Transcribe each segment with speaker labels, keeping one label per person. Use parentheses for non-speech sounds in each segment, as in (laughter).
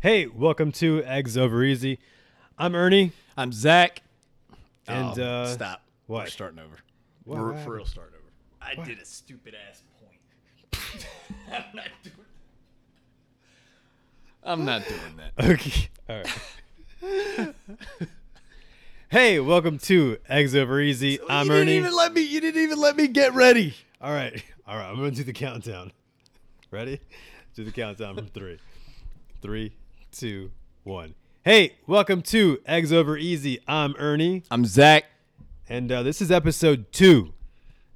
Speaker 1: Hey, welcome to Eggs Over Easy. I'm Ernie.
Speaker 2: I'm Zach. Um,
Speaker 1: And, uh,
Speaker 2: Oh, stop.
Speaker 1: what?
Speaker 2: We're starting over.
Speaker 1: What
Speaker 2: We're
Speaker 1: happened?
Speaker 2: for real starting over. I
Speaker 1: What?
Speaker 2: did a stupid ass point. (laughs) I'm not doing I'm not doing
Speaker 1: (laughs)
Speaker 2: that.
Speaker 1: Okay. All right. (laughs) hey, welcome to Eggs Over Easy. I'm
Speaker 2: you
Speaker 1: Ernie.
Speaker 2: didn't even let me you didn't even let me get ready.
Speaker 1: All right. (laughs) All right. I'm going to do the countdown. Ready? Do the countdown from three. Three, two, one. Hey, welcome to Eggs Over Easy. I'm Ernie.
Speaker 2: I'm Zach.
Speaker 1: And uh, this is episode two.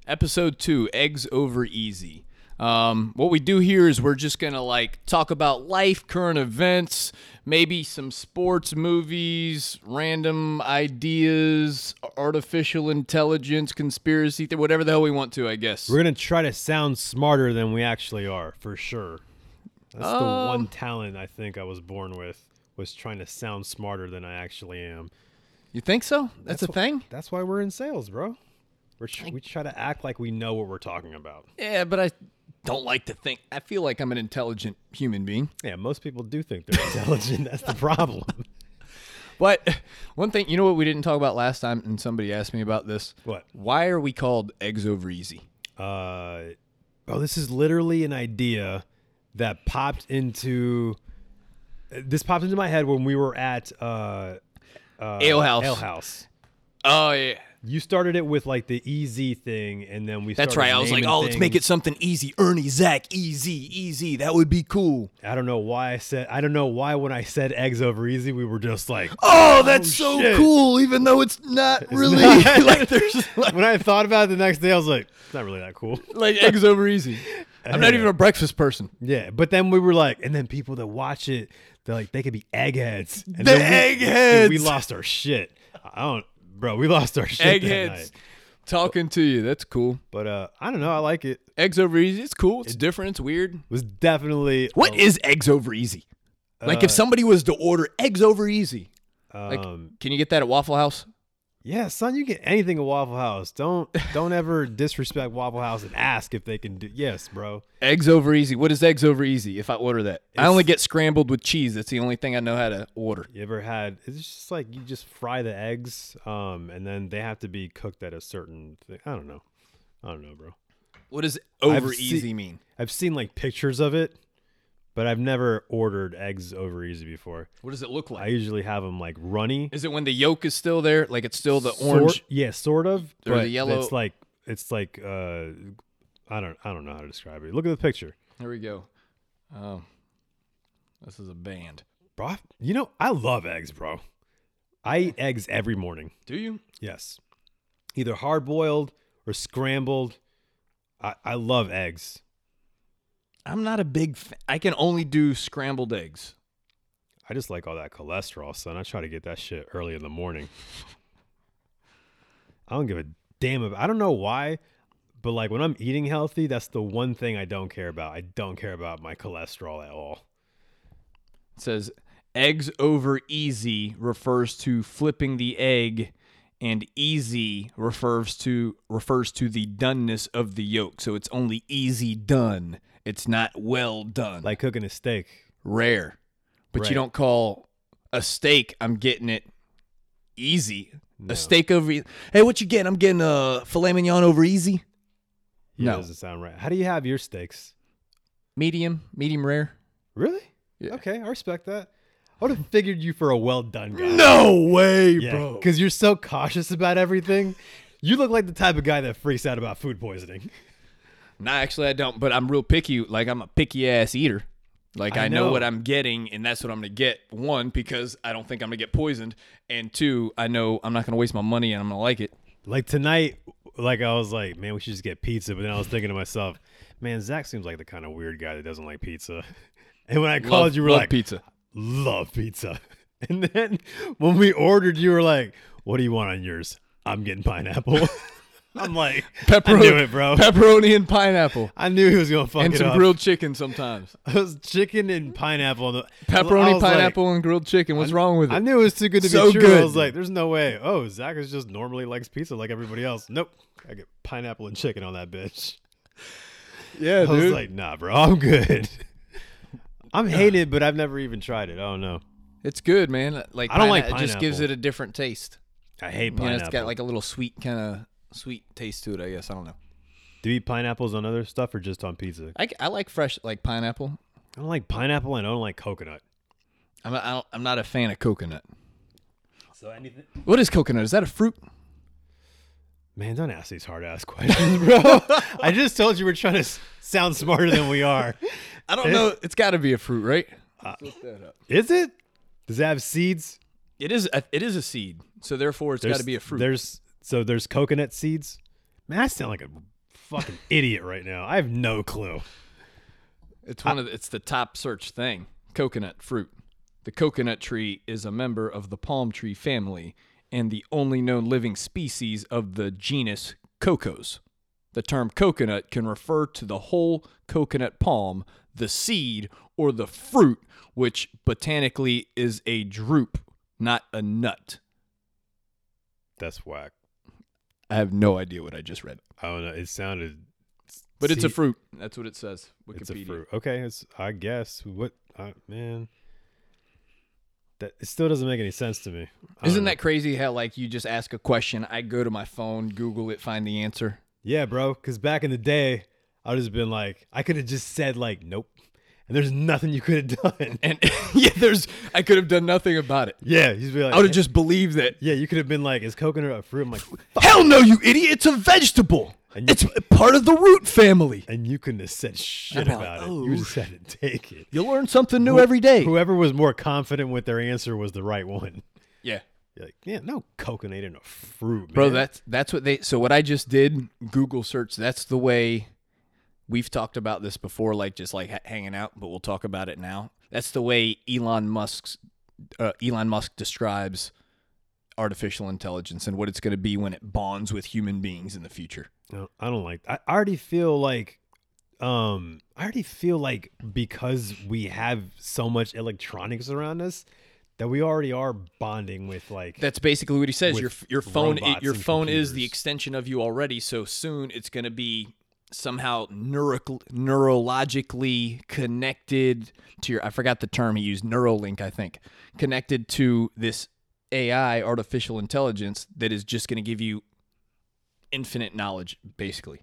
Speaker 2: Episode two, Eggs Over Easy. Um, what we do here is we're just gonna like talk about life, current events, maybe some sports, movies, random ideas, artificial intelligence, conspiracy, th- whatever the hell we want to, I guess.
Speaker 1: We're going to try to sound smarter than we actually are, for sure. That's the
Speaker 2: Um,
Speaker 1: one talent I think I was born with, was trying to sound smarter than I actually am.
Speaker 2: You think so? That's, a
Speaker 1: wh-
Speaker 2: thing.
Speaker 1: That's why we're in sales, bro. We're tr- we try to act like we know what we're talking about.
Speaker 2: Yeah, but I don't like to think. I feel like I'm an intelligent human being.
Speaker 1: Yeah, most people do think they're (laughs) intelligent. That's the problem. (laughs)
Speaker 2: But (laughs) one thing, you know what we didn't talk about last time, and somebody asked me about this.
Speaker 1: What?
Speaker 2: Why are we called Eggs Over Easy?
Speaker 1: Uh, oh, this is literally an idea that popped into this popped into my head when we were at uh, uh,
Speaker 2: Ale House.
Speaker 1: Ale House.
Speaker 2: Oh yeah.
Speaker 1: You started it with like the easy thing, and then we.
Speaker 2: That's
Speaker 1: started
Speaker 2: right. I was like,
Speaker 1: naming
Speaker 2: oh, let's make it
Speaker 1: things.
Speaker 2: something easy. Ernie, Zach, E easy, easy. That would be cool.
Speaker 1: I don't know why I said. I don't know why when I said eggs over easy, we were just like. (laughs)
Speaker 2: Oh, that's so
Speaker 1: shit.
Speaker 2: cool, even though it's
Speaker 1: (laughs)
Speaker 2: not really (laughs)
Speaker 1: not.
Speaker 2: like there's like,
Speaker 1: when I thought about it the next day, I was like, it's not really that cool.
Speaker 2: (laughs)
Speaker 1: (laughs)
Speaker 2: like eggs over easy. I'm not even a breakfast person.
Speaker 1: Yeah, but then we were like, and then people that watch it, they're like, they could be eggheads. And
Speaker 2: The
Speaker 1: then we,
Speaker 2: eggheads!
Speaker 1: dude, we lost our shit. I don't, bro. We lost our shit. That
Speaker 2: Eggheads
Speaker 1: night.
Speaker 2: talking to you. That's cool.
Speaker 1: But uh, I don't know. I like it. It
Speaker 2: Eggs over easy. It's cool. It's different. It's weird.
Speaker 1: was definitely um,
Speaker 2: What is eggs over easy? Like if somebody was to order eggs over easy,
Speaker 1: Um,
Speaker 2: like can you get that at Waffle House?
Speaker 1: yeah, son. You get anything at Waffle House. Don't don't ever disrespect Waffle House and ask if they can do. Yes, bro.
Speaker 2: Eggs over easy. What is eggs over easy? If I order that, I
Speaker 1: It's-
Speaker 2: only get scrambled with cheese. That's the only thing I know how to order.
Speaker 1: You ever had? It's just like you just fry the eggs, um, and then they have to be cooked at a certain thing. I don't know. I don't know, bro.
Speaker 2: What does over
Speaker 1: I've seen-
Speaker 2: easy mean?
Speaker 1: I've seen like pictures of it, but I've never ordered eggs over easy before.
Speaker 2: What does it look
Speaker 1: I
Speaker 2: like?
Speaker 1: usually have them like runny,
Speaker 2: Is it when the yolk is still there, like it's still the
Speaker 1: Sort-
Speaker 2: orange?
Speaker 1: yeah, sort of.
Speaker 2: Or the
Speaker 1: but
Speaker 2: yellow-
Speaker 1: It's like it's like uh, I don't I don't know how to describe it. Look at the picture,
Speaker 2: There we go. Oh, this is a band.
Speaker 1: bro. I- You know I love eggs, bro. I eat eggs every morning.
Speaker 2: Do you?
Speaker 1: Yes, either hard boiled or scrambled. I I love eggs.
Speaker 2: I'm not a big. Fa- I can only do scrambled eggs.
Speaker 1: I just like all that cholesterol, son. I try to get that shit early in the morning. I don't give a damn about. I don't know why, but like when I'm eating healthy, that's the one thing I don't care about. I don't care about my cholesterol at all.
Speaker 2: It says eggs over easy refers to flipping the egg and easy refers to refers to the doneness of the yolk so it's only easy done it's not well done
Speaker 1: Like cooking a steak.
Speaker 2: rare but
Speaker 1: Right.
Speaker 2: you don't call a steak i'm getting it easy
Speaker 1: No.
Speaker 2: a steak over e- hey what you getting i'm getting a filet mignon over easy
Speaker 1: Yeah,
Speaker 2: No.
Speaker 1: doesn't sound right. How do you have your steaks?
Speaker 2: medium medium rare
Speaker 1: Really?
Speaker 2: Yeah.
Speaker 1: Okay, I respect that. I would have figured you for a well done guy.
Speaker 2: no way
Speaker 1: yeah, because you're so cautious about everything. You look like the type of guy that freaks out about food poisoning.
Speaker 2: No, actually, I don't. But I'm real picky. Like I'm a picky ass eater. Like
Speaker 1: I
Speaker 2: I, know.
Speaker 1: know.
Speaker 2: what I'm getting, and that's what I'm gonna get. One, because I don't think I'm gonna get poisoned, and two, I know I'm not gonna waste my money, and I'm gonna like it.
Speaker 1: Like tonight, like I was like, man, we should just get pizza. But then I was thinking to myself, man, Zach seems like the kind of weird guy that doesn't like pizza. (laughs) And when I called,
Speaker 2: Love-
Speaker 1: you were
Speaker 2: love
Speaker 1: like,
Speaker 2: pizza.
Speaker 1: love pizza. (laughs) And then when we ordered, you were like, what do you want on yours? I'm getting pineapple. (laughs) I'm like, I
Speaker 2: Pepperoni,
Speaker 1: knew it, bro.
Speaker 2: Pepperoni and pineapple,
Speaker 1: I knew he was gonna fuck
Speaker 2: and
Speaker 1: it
Speaker 2: some
Speaker 1: up.
Speaker 2: grilled chicken sometimes.
Speaker 1: (laughs) it was chicken and pineapple. on the- I
Speaker 2: Pepperoni,
Speaker 1: was like-
Speaker 2: pineapple, and grilled chicken. What's wrong with it?
Speaker 1: I knew it was too good to
Speaker 2: So
Speaker 1: be true. I
Speaker 2: good.
Speaker 1: was like, there's no way. Oh, Zach is just normally likes pizza like everybody else. Nope. I get pineapple and (laughs) chicken on that bitch.
Speaker 2: yeah,
Speaker 1: I was like, nah, bro, I'm good. (laughs) I'm hated, but I've never even tried it. Oh no,
Speaker 2: It's good, man. Like
Speaker 1: I don't like
Speaker 2: pine- It just gives
Speaker 1: pineapple.
Speaker 2: it a different taste.
Speaker 1: I hate
Speaker 2: You know,
Speaker 1: pineapple.
Speaker 2: it's got like a little sweet kind of sweet taste to it. I guess I don't know.
Speaker 1: Do you eat pineapples on other stuff or just on pizza?
Speaker 2: I, I like fresh like pineapple.
Speaker 1: I don't like pineapple and I don't like coconut.
Speaker 2: I'm not, I don't, I'm not a fan of coconut.
Speaker 1: So anything.
Speaker 2: What is coconut? Is that a fruit?
Speaker 1: Man, don't ask these hard ass (laughs) questions, bro. I just told you we're trying to s- sound smarter than we
Speaker 2: (laughs)
Speaker 1: are.
Speaker 2: I don't know. It's got to be a fruit, right?
Speaker 1: Uh, Is it? Does it have seeds?
Speaker 2: It is. A, it is a seed, so therefore it's got to be a fruit.
Speaker 1: There's so there's coconut seeds. Man, I sound like a
Speaker 2: (laughs)
Speaker 1: fucking idiot right now. I have no clue.
Speaker 2: It's one of. The, it's the top search thing. Coconut fruit. The coconut tree is a member of the palm tree family and the only known living species of the genus Cocos. The term coconut can refer to the whole coconut palm, the seed, or the fruit, which botanically is a drupe, not a nut.
Speaker 1: That's whack.
Speaker 2: I have no idea what I just read.
Speaker 1: I don't know. It sounded.
Speaker 2: But it's a
Speaker 1: See,
Speaker 2: fruit. That's what it says. Wikipedia.
Speaker 1: It's a fruit. Okay, it's, I guess. What uh, man? That it still doesn't make any sense to me. Uh, I don't
Speaker 2: Isn't
Speaker 1: know.
Speaker 2: that crazy how like you just ask a question, I go to my phone, Google it, find the answer.
Speaker 1: Yeah, bro. Because back in the day, I would have been like, I could have just said like, nope, and there's nothing you could have (laughs) done.
Speaker 2: And (laughs) yeah, there's I could have done nothing about it.
Speaker 1: yeah, you'd be like,
Speaker 2: I would have just believed that.
Speaker 1: yeah, you could have been like, is coconut a fruit? I'm like,
Speaker 2: Hell no, you idiot! It's a vegetable.
Speaker 1: And you-
Speaker 2: It's part of the root family.
Speaker 1: and you couldn't have said shit
Speaker 2: I'm like,
Speaker 1: about it.
Speaker 2: "Oh."
Speaker 1: You just had to take it.
Speaker 2: You learn something new every day.
Speaker 1: Whoever was more confident with their answer was the right one. (laughs)
Speaker 2: Yeah,
Speaker 1: You're like, yeah, no coconut in a fruit,
Speaker 2: bro.
Speaker 1: man."
Speaker 2: That's that's what they. So what I just did, Google search. That's the way. We've talked about this before, like just like ha- hanging out, but we'll talk about it now. That's the way Elon Musk's uh, Elon Musk describes artificial intelligence and what it's going to be when it bonds with human beings in the future.
Speaker 1: No, I don't like. I I already feel like, um, I already feel like because we have so much electronics around us that we already are bonding with like.
Speaker 2: That's basically what he says.
Speaker 1: With
Speaker 2: Your your phone
Speaker 1: robots
Speaker 2: your
Speaker 1: and
Speaker 2: phone is the
Speaker 1: computers.
Speaker 2: extension of you already. So soon it's going to be somehow neuro- neurologically connected to your. I forgot the term he used. Neuralink, I think, connected to this AI artificial intelligence that is just going to give you infinite knowledge, basically.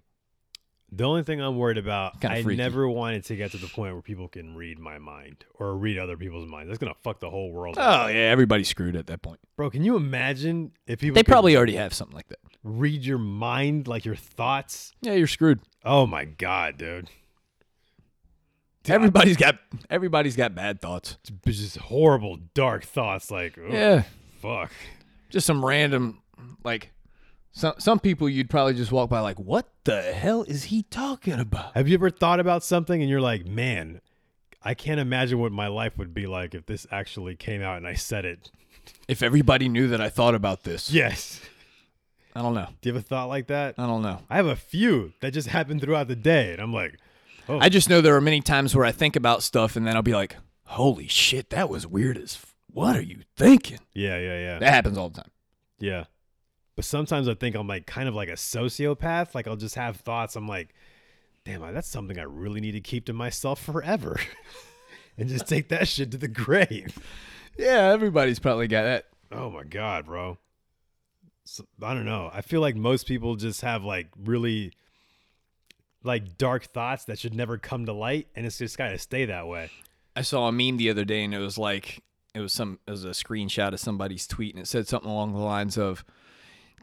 Speaker 1: the only thing I'm worried about.
Speaker 2: Kinda
Speaker 1: I
Speaker 2: freaky.
Speaker 1: never wanted to get to the point where people can read my mind or read other people's minds. That's gonna fuck the whole world. up.
Speaker 2: Oh yeah, everybody's screwed at that point.
Speaker 1: Bro, can you imagine if people
Speaker 2: They
Speaker 1: could
Speaker 2: probably already have something like that.
Speaker 1: read your mind, like your thoughts?
Speaker 2: Yeah, you're screwed.
Speaker 1: Oh my god, dude,
Speaker 2: Everybody's got everybody's got bad thoughts.
Speaker 1: it's just horrible, dark thoughts. Like, oh,
Speaker 2: Yeah.
Speaker 1: fuck.
Speaker 2: just some random like some some people you'd probably just walk by like what the hell is he talking about
Speaker 1: Have you ever thought about something and you're like, man, I can't imagine what my life would be like if this actually came out and I said it?
Speaker 2: if everybody knew that i thought about this
Speaker 1: Yes.
Speaker 2: i don't know
Speaker 1: Do you have a thought like that?
Speaker 2: i don't know
Speaker 1: I have a few that just happened throughout the day. And I'm like,
Speaker 2: i just know there are many times where i think about stuff and then i'll be like holy shit that was weird as f- what are you thinking
Speaker 1: yeah, yeah, yeah.
Speaker 2: that happens all the time
Speaker 1: Yeah. But sometimes I think I'm like kind of like a sociopath. Like I'll just have thoughts. I'm like, damn, I- that's something I really need to keep to myself forever (laughs) and just take that shit to the grave.
Speaker 2: yeah everybody's probably got that
Speaker 1: Oh my god, bro. So, I don't know. I feel like most people just have like really like dark thoughts that should never come to light and it's just got to stay that way.
Speaker 2: I saw a meme the other day, and it was like it was some it was a screenshot of somebody's tweet, and it said something along the lines of,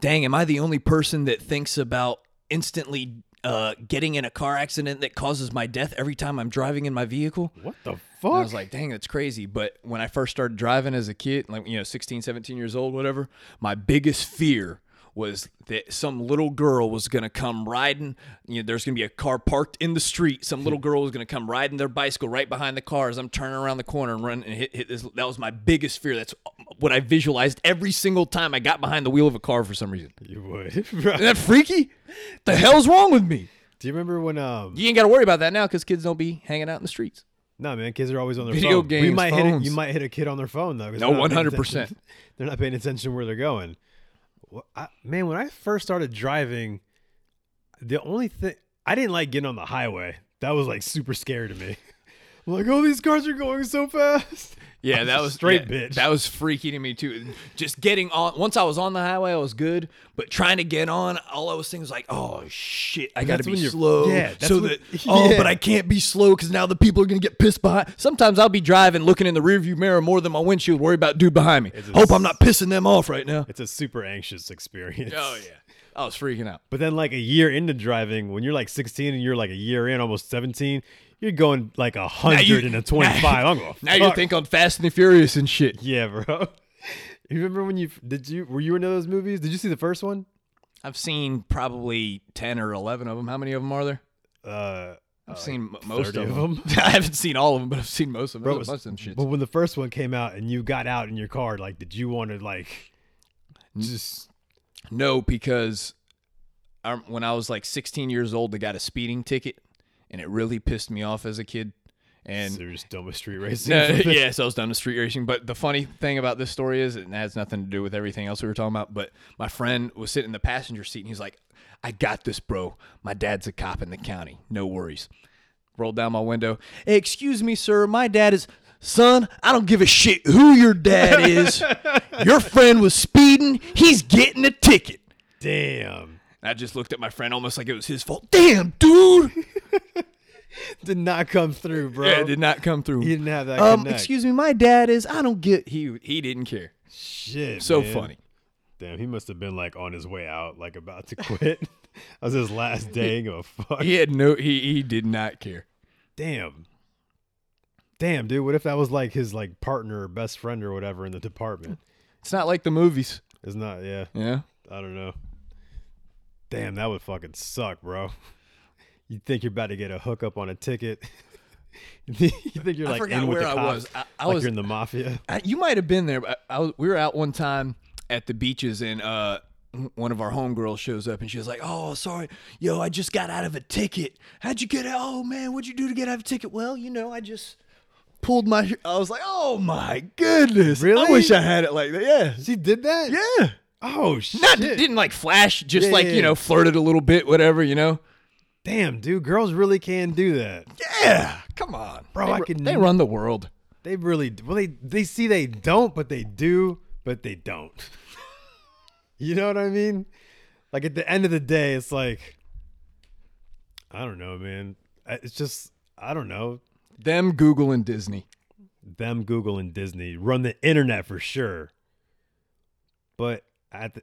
Speaker 2: "Dang, am I the only person that thinks about instantly uh, getting in a car accident that causes my death every time I'm driving in my vehicle?"
Speaker 1: What the
Speaker 2: And I
Speaker 1: fuck?
Speaker 2: was like, dang, that's crazy. But when I first started driving as a kid, like, you know, 16, 17 years old, whatever, my biggest fear was that some little girl was going to come riding. You know, there's going to be a car parked in the street. Some (laughs) little girl was going to come riding their bicycle right behind the car as I'm turning around the corner and run and hit, hit this. That was my biggest fear. That's what I visualized every single time I got behind the wheel of a car for some reason.
Speaker 1: (laughs) you would. Bro.
Speaker 2: Isn't that freaky? The hell's wrong with me?
Speaker 1: Do you remember when um
Speaker 2: You ain't got to worry about that now because kids don't be hanging out in the streets.
Speaker 1: no man, kids are always on their
Speaker 2: Video
Speaker 1: phone. we
Speaker 2: games,
Speaker 1: might hit a,
Speaker 2: phones.
Speaker 1: you might hit a kid on their phone though. 'cause
Speaker 2: No,
Speaker 1: they're not paying
Speaker 2: 100%.
Speaker 1: attention- (laughs) They're not paying attention where they're going. Well, I, man, when I first started driving, the only thing I didn't like getting on the highway. That was like super scary to me. (laughs) like, oh, these cars are going so fast. (laughs)
Speaker 2: Yeah, that
Speaker 1: a
Speaker 2: was
Speaker 1: straight
Speaker 2: yeah,
Speaker 1: bitch.
Speaker 2: That was freaky to me too. Just getting on once I was on the highway, I was good, but trying to get on, all I was thinking was like, "Oh shit, I got to
Speaker 1: That's
Speaker 2: be
Speaker 1: when you're-
Speaker 2: slow."
Speaker 1: yeah, that's
Speaker 2: so
Speaker 1: when-
Speaker 2: that
Speaker 1: (laughs)
Speaker 2: oh,
Speaker 1: yeah.
Speaker 2: but I can't be slow because now the people are gonna get pissed behind. Sometimes I'll be driving, looking in the rearview mirror more than my windshield, worry about dude behind me.
Speaker 1: a-
Speaker 2: Hope I'm not pissing them off right now.
Speaker 1: It's a super anxious experience.
Speaker 2: Oh yeah, I was freaking out.
Speaker 1: But then, like a year into driving, when you're like 16 and you're like a year in, almost 17, you're going like a
Speaker 2: you-
Speaker 1: hundred and a 25. I'm going.
Speaker 2: (laughs) Now you
Speaker 1: "Fuck."
Speaker 2: think on Fast and the Furious and shit.
Speaker 1: yeah, bro. (laughs) You remember when you did you were you into those movies? Did you see the first one?
Speaker 2: I've seen probably ten or eleven of them. How many of them are there?
Speaker 1: Uh,
Speaker 2: I've seen m- most
Speaker 1: 30
Speaker 2: of
Speaker 1: of
Speaker 2: them. (laughs) I haven't seen all of them, but I've seen most of them. Bro,
Speaker 1: was-
Speaker 2: most of them shits.
Speaker 1: but when the first one came out and you got out in your car, like, did you want to like just
Speaker 2: no, because I, when I was like 16 years old, they got a speeding ticket, and it really pissed me off as a kid. And
Speaker 1: serious dumbest
Speaker 2: (laughs)
Speaker 1: street racing?
Speaker 2: No, Uh, yeah, so I was done with street racing. But the funny thing about this story is, it has nothing to do with everything else we were talking about. But my friend was sitting in the passenger seat, and he's like, "I got this, bro. My dad's a cop in the county. No worries." Rolled down my window. "Hey, excuse me, sir. My dad is. Son, I don't give a shit who your dad
Speaker 1: (laughs)
Speaker 2: is. your friend was speeding. He's getting a ticket.
Speaker 1: Damn,
Speaker 2: And I just looked at my friend almost like it was his fault. Damn, dude.
Speaker 1: did not come through, bro.
Speaker 2: Yeah, it did not come through.
Speaker 1: He didn't have that.
Speaker 2: um,
Speaker 1: connect.
Speaker 2: excuse me, my dad is. I don't get. He he didn't care.
Speaker 1: Shit,
Speaker 2: So
Speaker 1: man.
Speaker 2: funny.
Speaker 1: Damn, he must have been like on his way out, like about to quit. (laughs) that was his
Speaker 2: (laughs)
Speaker 1: last day. Give a fuck.
Speaker 2: He had no. He he did not care.
Speaker 1: Damn. Damn, dude. What if that was like his like partner or best friend or whatever in the department?
Speaker 2: It's not like the movies.
Speaker 1: It's not. Yeah,
Speaker 2: Yeah.
Speaker 1: I don't know. Damn, that would fucking suck, bro. (laughs) You think you're about to get a hookup on a ticket? (laughs) you think you're
Speaker 2: I
Speaker 1: like
Speaker 2: forgot
Speaker 1: in with
Speaker 2: where
Speaker 1: the
Speaker 2: I
Speaker 1: cops,
Speaker 2: was. I- I
Speaker 1: like
Speaker 2: was-
Speaker 1: you're in the
Speaker 2: (laughs)
Speaker 1: mafia.
Speaker 2: I, you might have been there. But I, I was, we were out one time at the beaches, and uh, one of our homegirls shows up, and she was like, "Oh, sorry, yo, I just got out of a ticket. How'd you get out? Oh man, what'd you do to get out of a ticket? Well, you know, I just." Pulled my, I was like, oh my goodness! I
Speaker 1: Really?
Speaker 2: wish I had it like that. Yeah,
Speaker 1: She did that?
Speaker 2: yeah.
Speaker 1: Oh shit!
Speaker 2: Not didn't like flash, just
Speaker 1: Yeah,
Speaker 2: like
Speaker 1: yeah,
Speaker 2: you
Speaker 1: yeah.
Speaker 2: know, flirted a little bit, whatever, you know.
Speaker 1: Damn, dude. Girls really can do that.
Speaker 2: Yeah, come on,
Speaker 1: Bro,
Speaker 2: They
Speaker 1: I
Speaker 2: ru-
Speaker 1: can-
Speaker 2: They run the world.
Speaker 1: They really d- well they they see they don't, but they do, but they don't. (laughs) you know what I mean? Like at the end of the day, it's like I don't know, man. I- It's just I don't know.
Speaker 2: Them Google and Disney.
Speaker 1: Them Google and Disney run the internet for sure. But at the,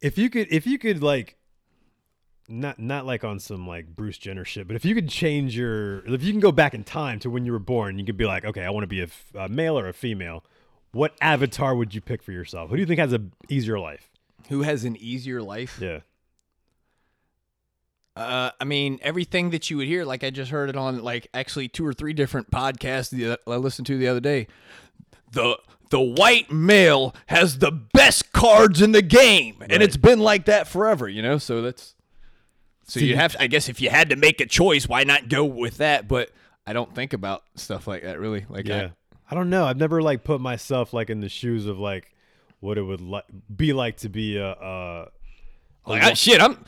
Speaker 1: if you could if you could like not not like on some like Bruce Jenner shit, but if you could change your if you can go back in time to when you were born, you could be like, okay, I want to be a, f- a male or a female. What avatar would you pick for yourself? Who do you think has a easier life?
Speaker 2: Who has an easier life?
Speaker 1: Yeah,
Speaker 2: Uh, I mean, everything that you would hear, like I just heard it on like actually two or three different podcasts that I listened to the other day. The the white male has the best cards in the game, and it's been like that forever, you know. So that's so you have. To, I guess if you had to make a choice, why not go with that? But I don't think about stuff like that really. Like
Speaker 1: yeah.
Speaker 2: I,
Speaker 1: I don't know. I've never like put myself like in the shoes of like what it would li- be like to be a, a
Speaker 2: Like I, shit, I'm.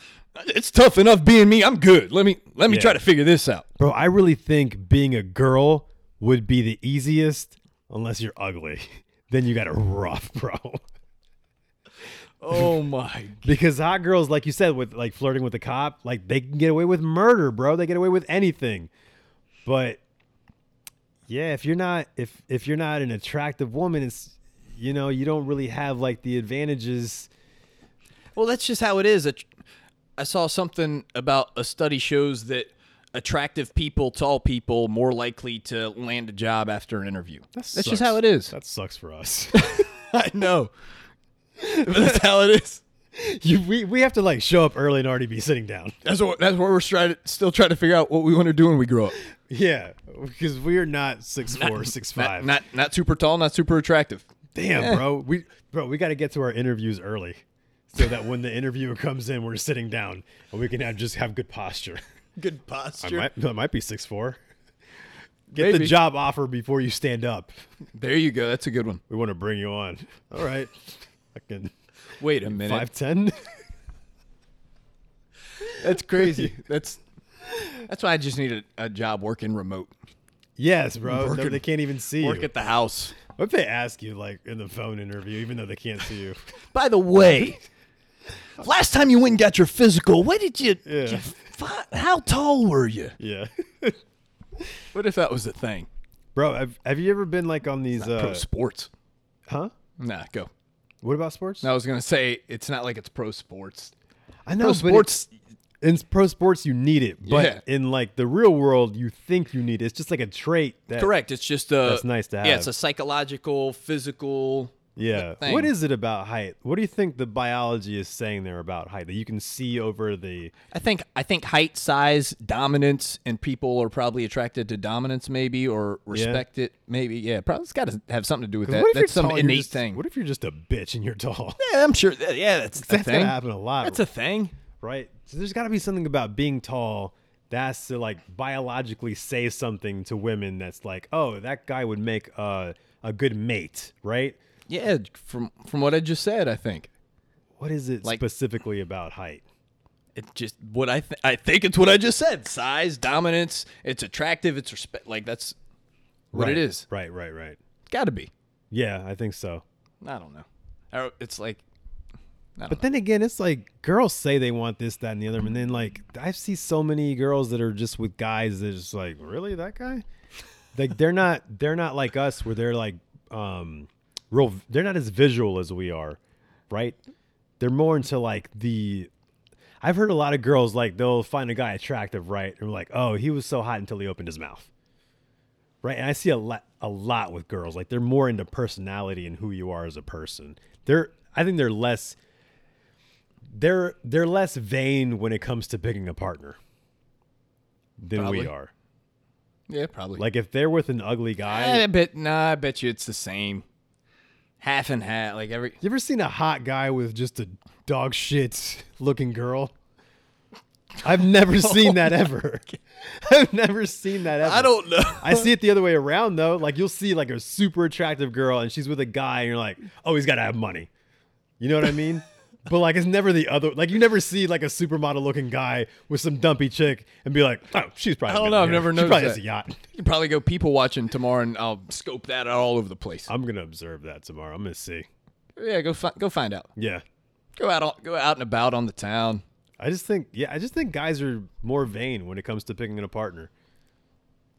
Speaker 2: It's tough enough being me. I'm good. Let me let me
Speaker 1: Yeah.
Speaker 2: try to figure this out.
Speaker 1: Bro, I really think being a girl would be the easiest unless you're ugly. (laughs) then you got it rough, (laughs) bro.
Speaker 2: Oh my!
Speaker 1: because hot girls, like you said, with like flirting with the cop, like they can get away with murder, bro. They get away with anything. But yeah, if you're not if if you're not an attractive woman, it's you know, you don't really have like the advantages.
Speaker 2: Well, that's just how it is. Att- I saw something about a study shows that attractive people, tall people, more likely to land a job after an interview. That's just
Speaker 1: sucks.
Speaker 2: how it is.
Speaker 1: That sucks for us.
Speaker 2: (laughs)
Speaker 1: (laughs)
Speaker 2: I know. (laughs) But that's how it is.
Speaker 1: you, we we have to like show up early and already be sitting down. (laughs)
Speaker 2: That's what. That's where we're trying to, still trying to figure out what we want to do when we grow up.
Speaker 1: Yeah, because we're not six four, six
Speaker 2: Not-
Speaker 1: five.
Speaker 2: Not, not super tall, not super attractive.
Speaker 1: Damn, bro. We bro, we got to get to our interviews early so that when the interviewer (laughs) comes in, we're sitting down and we can have just have good
Speaker 2: (laughs)
Speaker 1: posture.
Speaker 2: Good
Speaker 1: I
Speaker 2: posture.
Speaker 1: might, I might be six four. Get
Speaker 2: Maybe.
Speaker 1: the job offer before you stand up.
Speaker 2: There you go. That's a good one.
Speaker 1: We want to bring you on. All right,
Speaker 2: (laughs)
Speaker 1: fucking
Speaker 2: Wait a minute.
Speaker 1: five
Speaker 2: (laughs)
Speaker 1: ten.
Speaker 2: That's crazy. That's that's why I just need a, a job working remote.
Speaker 1: (laughs) Yes, bro.
Speaker 2: Work
Speaker 1: No,
Speaker 2: at-
Speaker 1: they can't even see
Speaker 2: Work
Speaker 1: you.
Speaker 2: at the house.
Speaker 1: What if they ask you like in the phone interview, even though they can't see
Speaker 2: (laughs)
Speaker 1: you?
Speaker 2: By the way, last time you went and got your physical, what did you?
Speaker 1: Yeah.
Speaker 2: you fi- how tall were you?
Speaker 1: yeah, (laughs)
Speaker 2: What if that was the thing?
Speaker 1: bro. Have, have you ever been like on these?
Speaker 2: pro
Speaker 1: Uh,
Speaker 2: sports.
Speaker 1: huh?
Speaker 2: Nah, go.
Speaker 1: What about sports?
Speaker 2: I was gonna say it's not like it's pro sports.
Speaker 1: I know
Speaker 2: Pro
Speaker 1: but it-
Speaker 2: sports.
Speaker 1: in pro sports you need it, but
Speaker 2: Yeah.
Speaker 1: in like the real world you think you need it. It's just like a trait. That,
Speaker 2: Correct. It's just a.
Speaker 1: That's nice to
Speaker 2: Yeah, it's a
Speaker 1: have.
Speaker 2: psychological, physical.
Speaker 1: Yeah.
Speaker 2: thing.
Speaker 1: What is it about height? What do you think the biology is saying there about height that you can see over the?
Speaker 2: I think I think height, size, dominance, and people are probably attracted to dominance, maybe, or respect it, maybe. Yeah, probably it's got to have something to do with that.
Speaker 1: what if
Speaker 2: That's
Speaker 1: you're
Speaker 2: some
Speaker 1: tall, you're
Speaker 2: innate
Speaker 1: just-
Speaker 2: thing.
Speaker 1: What if you're just a bitch and you're tall?
Speaker 2: yeah, I'm sure. that- Yeah, that's a
Speaker 1: (laughs) That's gonna
Speaker 2: thing.
Speaker 1: happen a lot.
Speaker 2: That's a thing.
Speaker 1: right? So there's got to be something about being tall that's to like biologically say something to women that's like, oh, that guy would make a a good mate, right?
Speaker 2: Yeah, from from what I just said, I think
Speaker 1: What is it
Speaker 2: Like-
Speaker 1: specifically about height?
Speaker 2: it just what I th- I think it's what I just said. Size, dominance, it's attractive, it's respect. Like that's what
Speaker 1: right.
Speaker 2: it is.
Speaker 1: Right, right, right.
Speaker 2: Got to be.
Speaker 1: Yeah, I think so.
Speaker 2: I don't know. I don't- It's like
Speaker 1: But then again, it's like girls say they want this, that, and the other, and then like I see so many girls that are just with guys that are just like, really, that guy? Like they're not they're not like us where they're like um real they're not as visual as we are, right? They're more into like the I've heard a lot of girls like they'll find a guy attractive, right? And like, oh, he was so hot until he opened his mouth. Right? And I see a lot a lot with girls. Like they're more into personality and who you are as a person. They're I think they're less they're they're less vain when it comes to picking a partner than
Speaker 2: Probably.
Speaker 1: we are.
Speaker 2: yeah, probably. Eh,
Speaker 1: Like if they're with an ugly guy,
Speaker 2: I, bet nah, I bet you it's the same. Half and half, like every
Speaker 1: you ever seen a hot guy with just a dog shit looking girl? I've
Speaker 2: (laughs) Oh
Speaker 1: never seen that ever. (laughs) I've never seen that ever.
Speaker 2: I don't know. (laughs)
Speaker 1: I see it the other way around though. Like you'll see like a super attractive girl and she's with a guy and you're like, "Oh, he's got to have money." You know what I
Speaker 2: (laughs)
Speaker 1: mean? but like it's never the other like you never see like a supermodel looking guy with some dumpy chick and be like, "Oh, she's probably
Speaker 2: I don't
Speaker 1: a
Speaker 2: know, I've
Speaker 1: millionaire.
Speaker 2: never
Speaker 1: She probably has
Speaker 2: noticed that.
Speaker 1: a yacht."
Speaker 2: You probably go people watching tomorrow, and I'll scope that out all over the place.
Speaker 1: I'm going to observe that tomorrow. I'm going to see.
Speaker 2: yeah, go fi- go find out.
Speaker 1: Yeah.
Speaker 2: Go out, on, go out and about on the town.
Speaker 1: I just think yeah, I just think guys are more vain when it comes to picking a partner.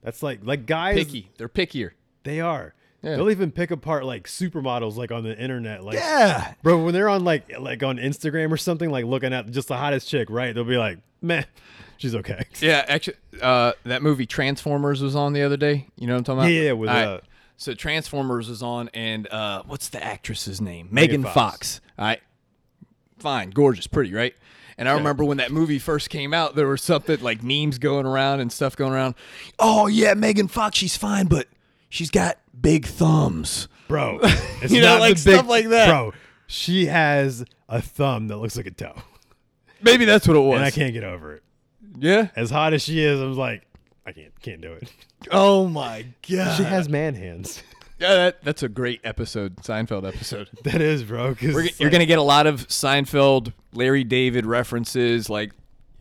Speaker 1: That's like like guys
Speaker 2: Picky, they're pickier.
Speaker 1: they are.
Speaker 2: Yeah.
Speaker 1: They'll even pick apart like supermodels like on the internet like
Speaker 2: Yeah,
Speaker 1: Bro, when they're on like like on Instagram or something, like looking at just the hottest chick, right? They'll be like, "Meh, she's okay." (laughs)
Speaker 2: yeah. Actually, uh, that movie Transformers was on the other day. You know what I'm talking about?
Speaker 1: Yeah, yeah, with,
Speaker 2: All right.
Speaker 1: uh,
Speaker 2: so Transformers was on, and uh, what's the actress's name? Megan Fox.
Speaker 1: Fox.
Speaker 2: All right, fine, gorgeous, pretty, right? And I remember when that movie first came out, there was something like memes going around and stuff going around. Oh yeah, Megan Fox, she's fine, but she's got big thumbs. (laughs)
Speaker 1: Bro, it's
Speaker 2: You know,
Speaker 1: not
Speaker 2: like,
Speaker 1: the big-
Speaker 2: stuff like that.
Speaker 1: Bro, she has a thumb that looks like a toe,
Speaker 2: Maybe that's what it was.
Speaker 1: and I can't get over it.
Speaker 2: yeah.
Speaker 1: As hot as she is, I'm like, I can't can't do it.
Speaker 2: Oh my god.
Speaker 1: She has man hands.
Speaker 2: Yeah, that, that's a great episode, Seinfeld episode.
Speaker 1: (laughs) That is, bro. Because
Speaker 2: We're, you're gonna get a lot of Seinfeld, Larry David references, like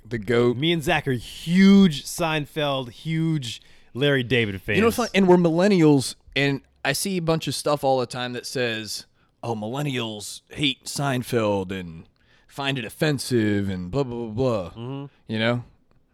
Speaker 2: the goat.
Speaker 1: me and Zach are huge Seinfeld, huge Larry David fans.
Speaker 2: You know, what's funny? and we're millennials, and I see a bunch of stuff all the time that says, "Oh, millennials hate Seinfeld and find it offensive and blah blah blah blah."
Speaker 1: Mm-hmm.
Speaker 2: You know,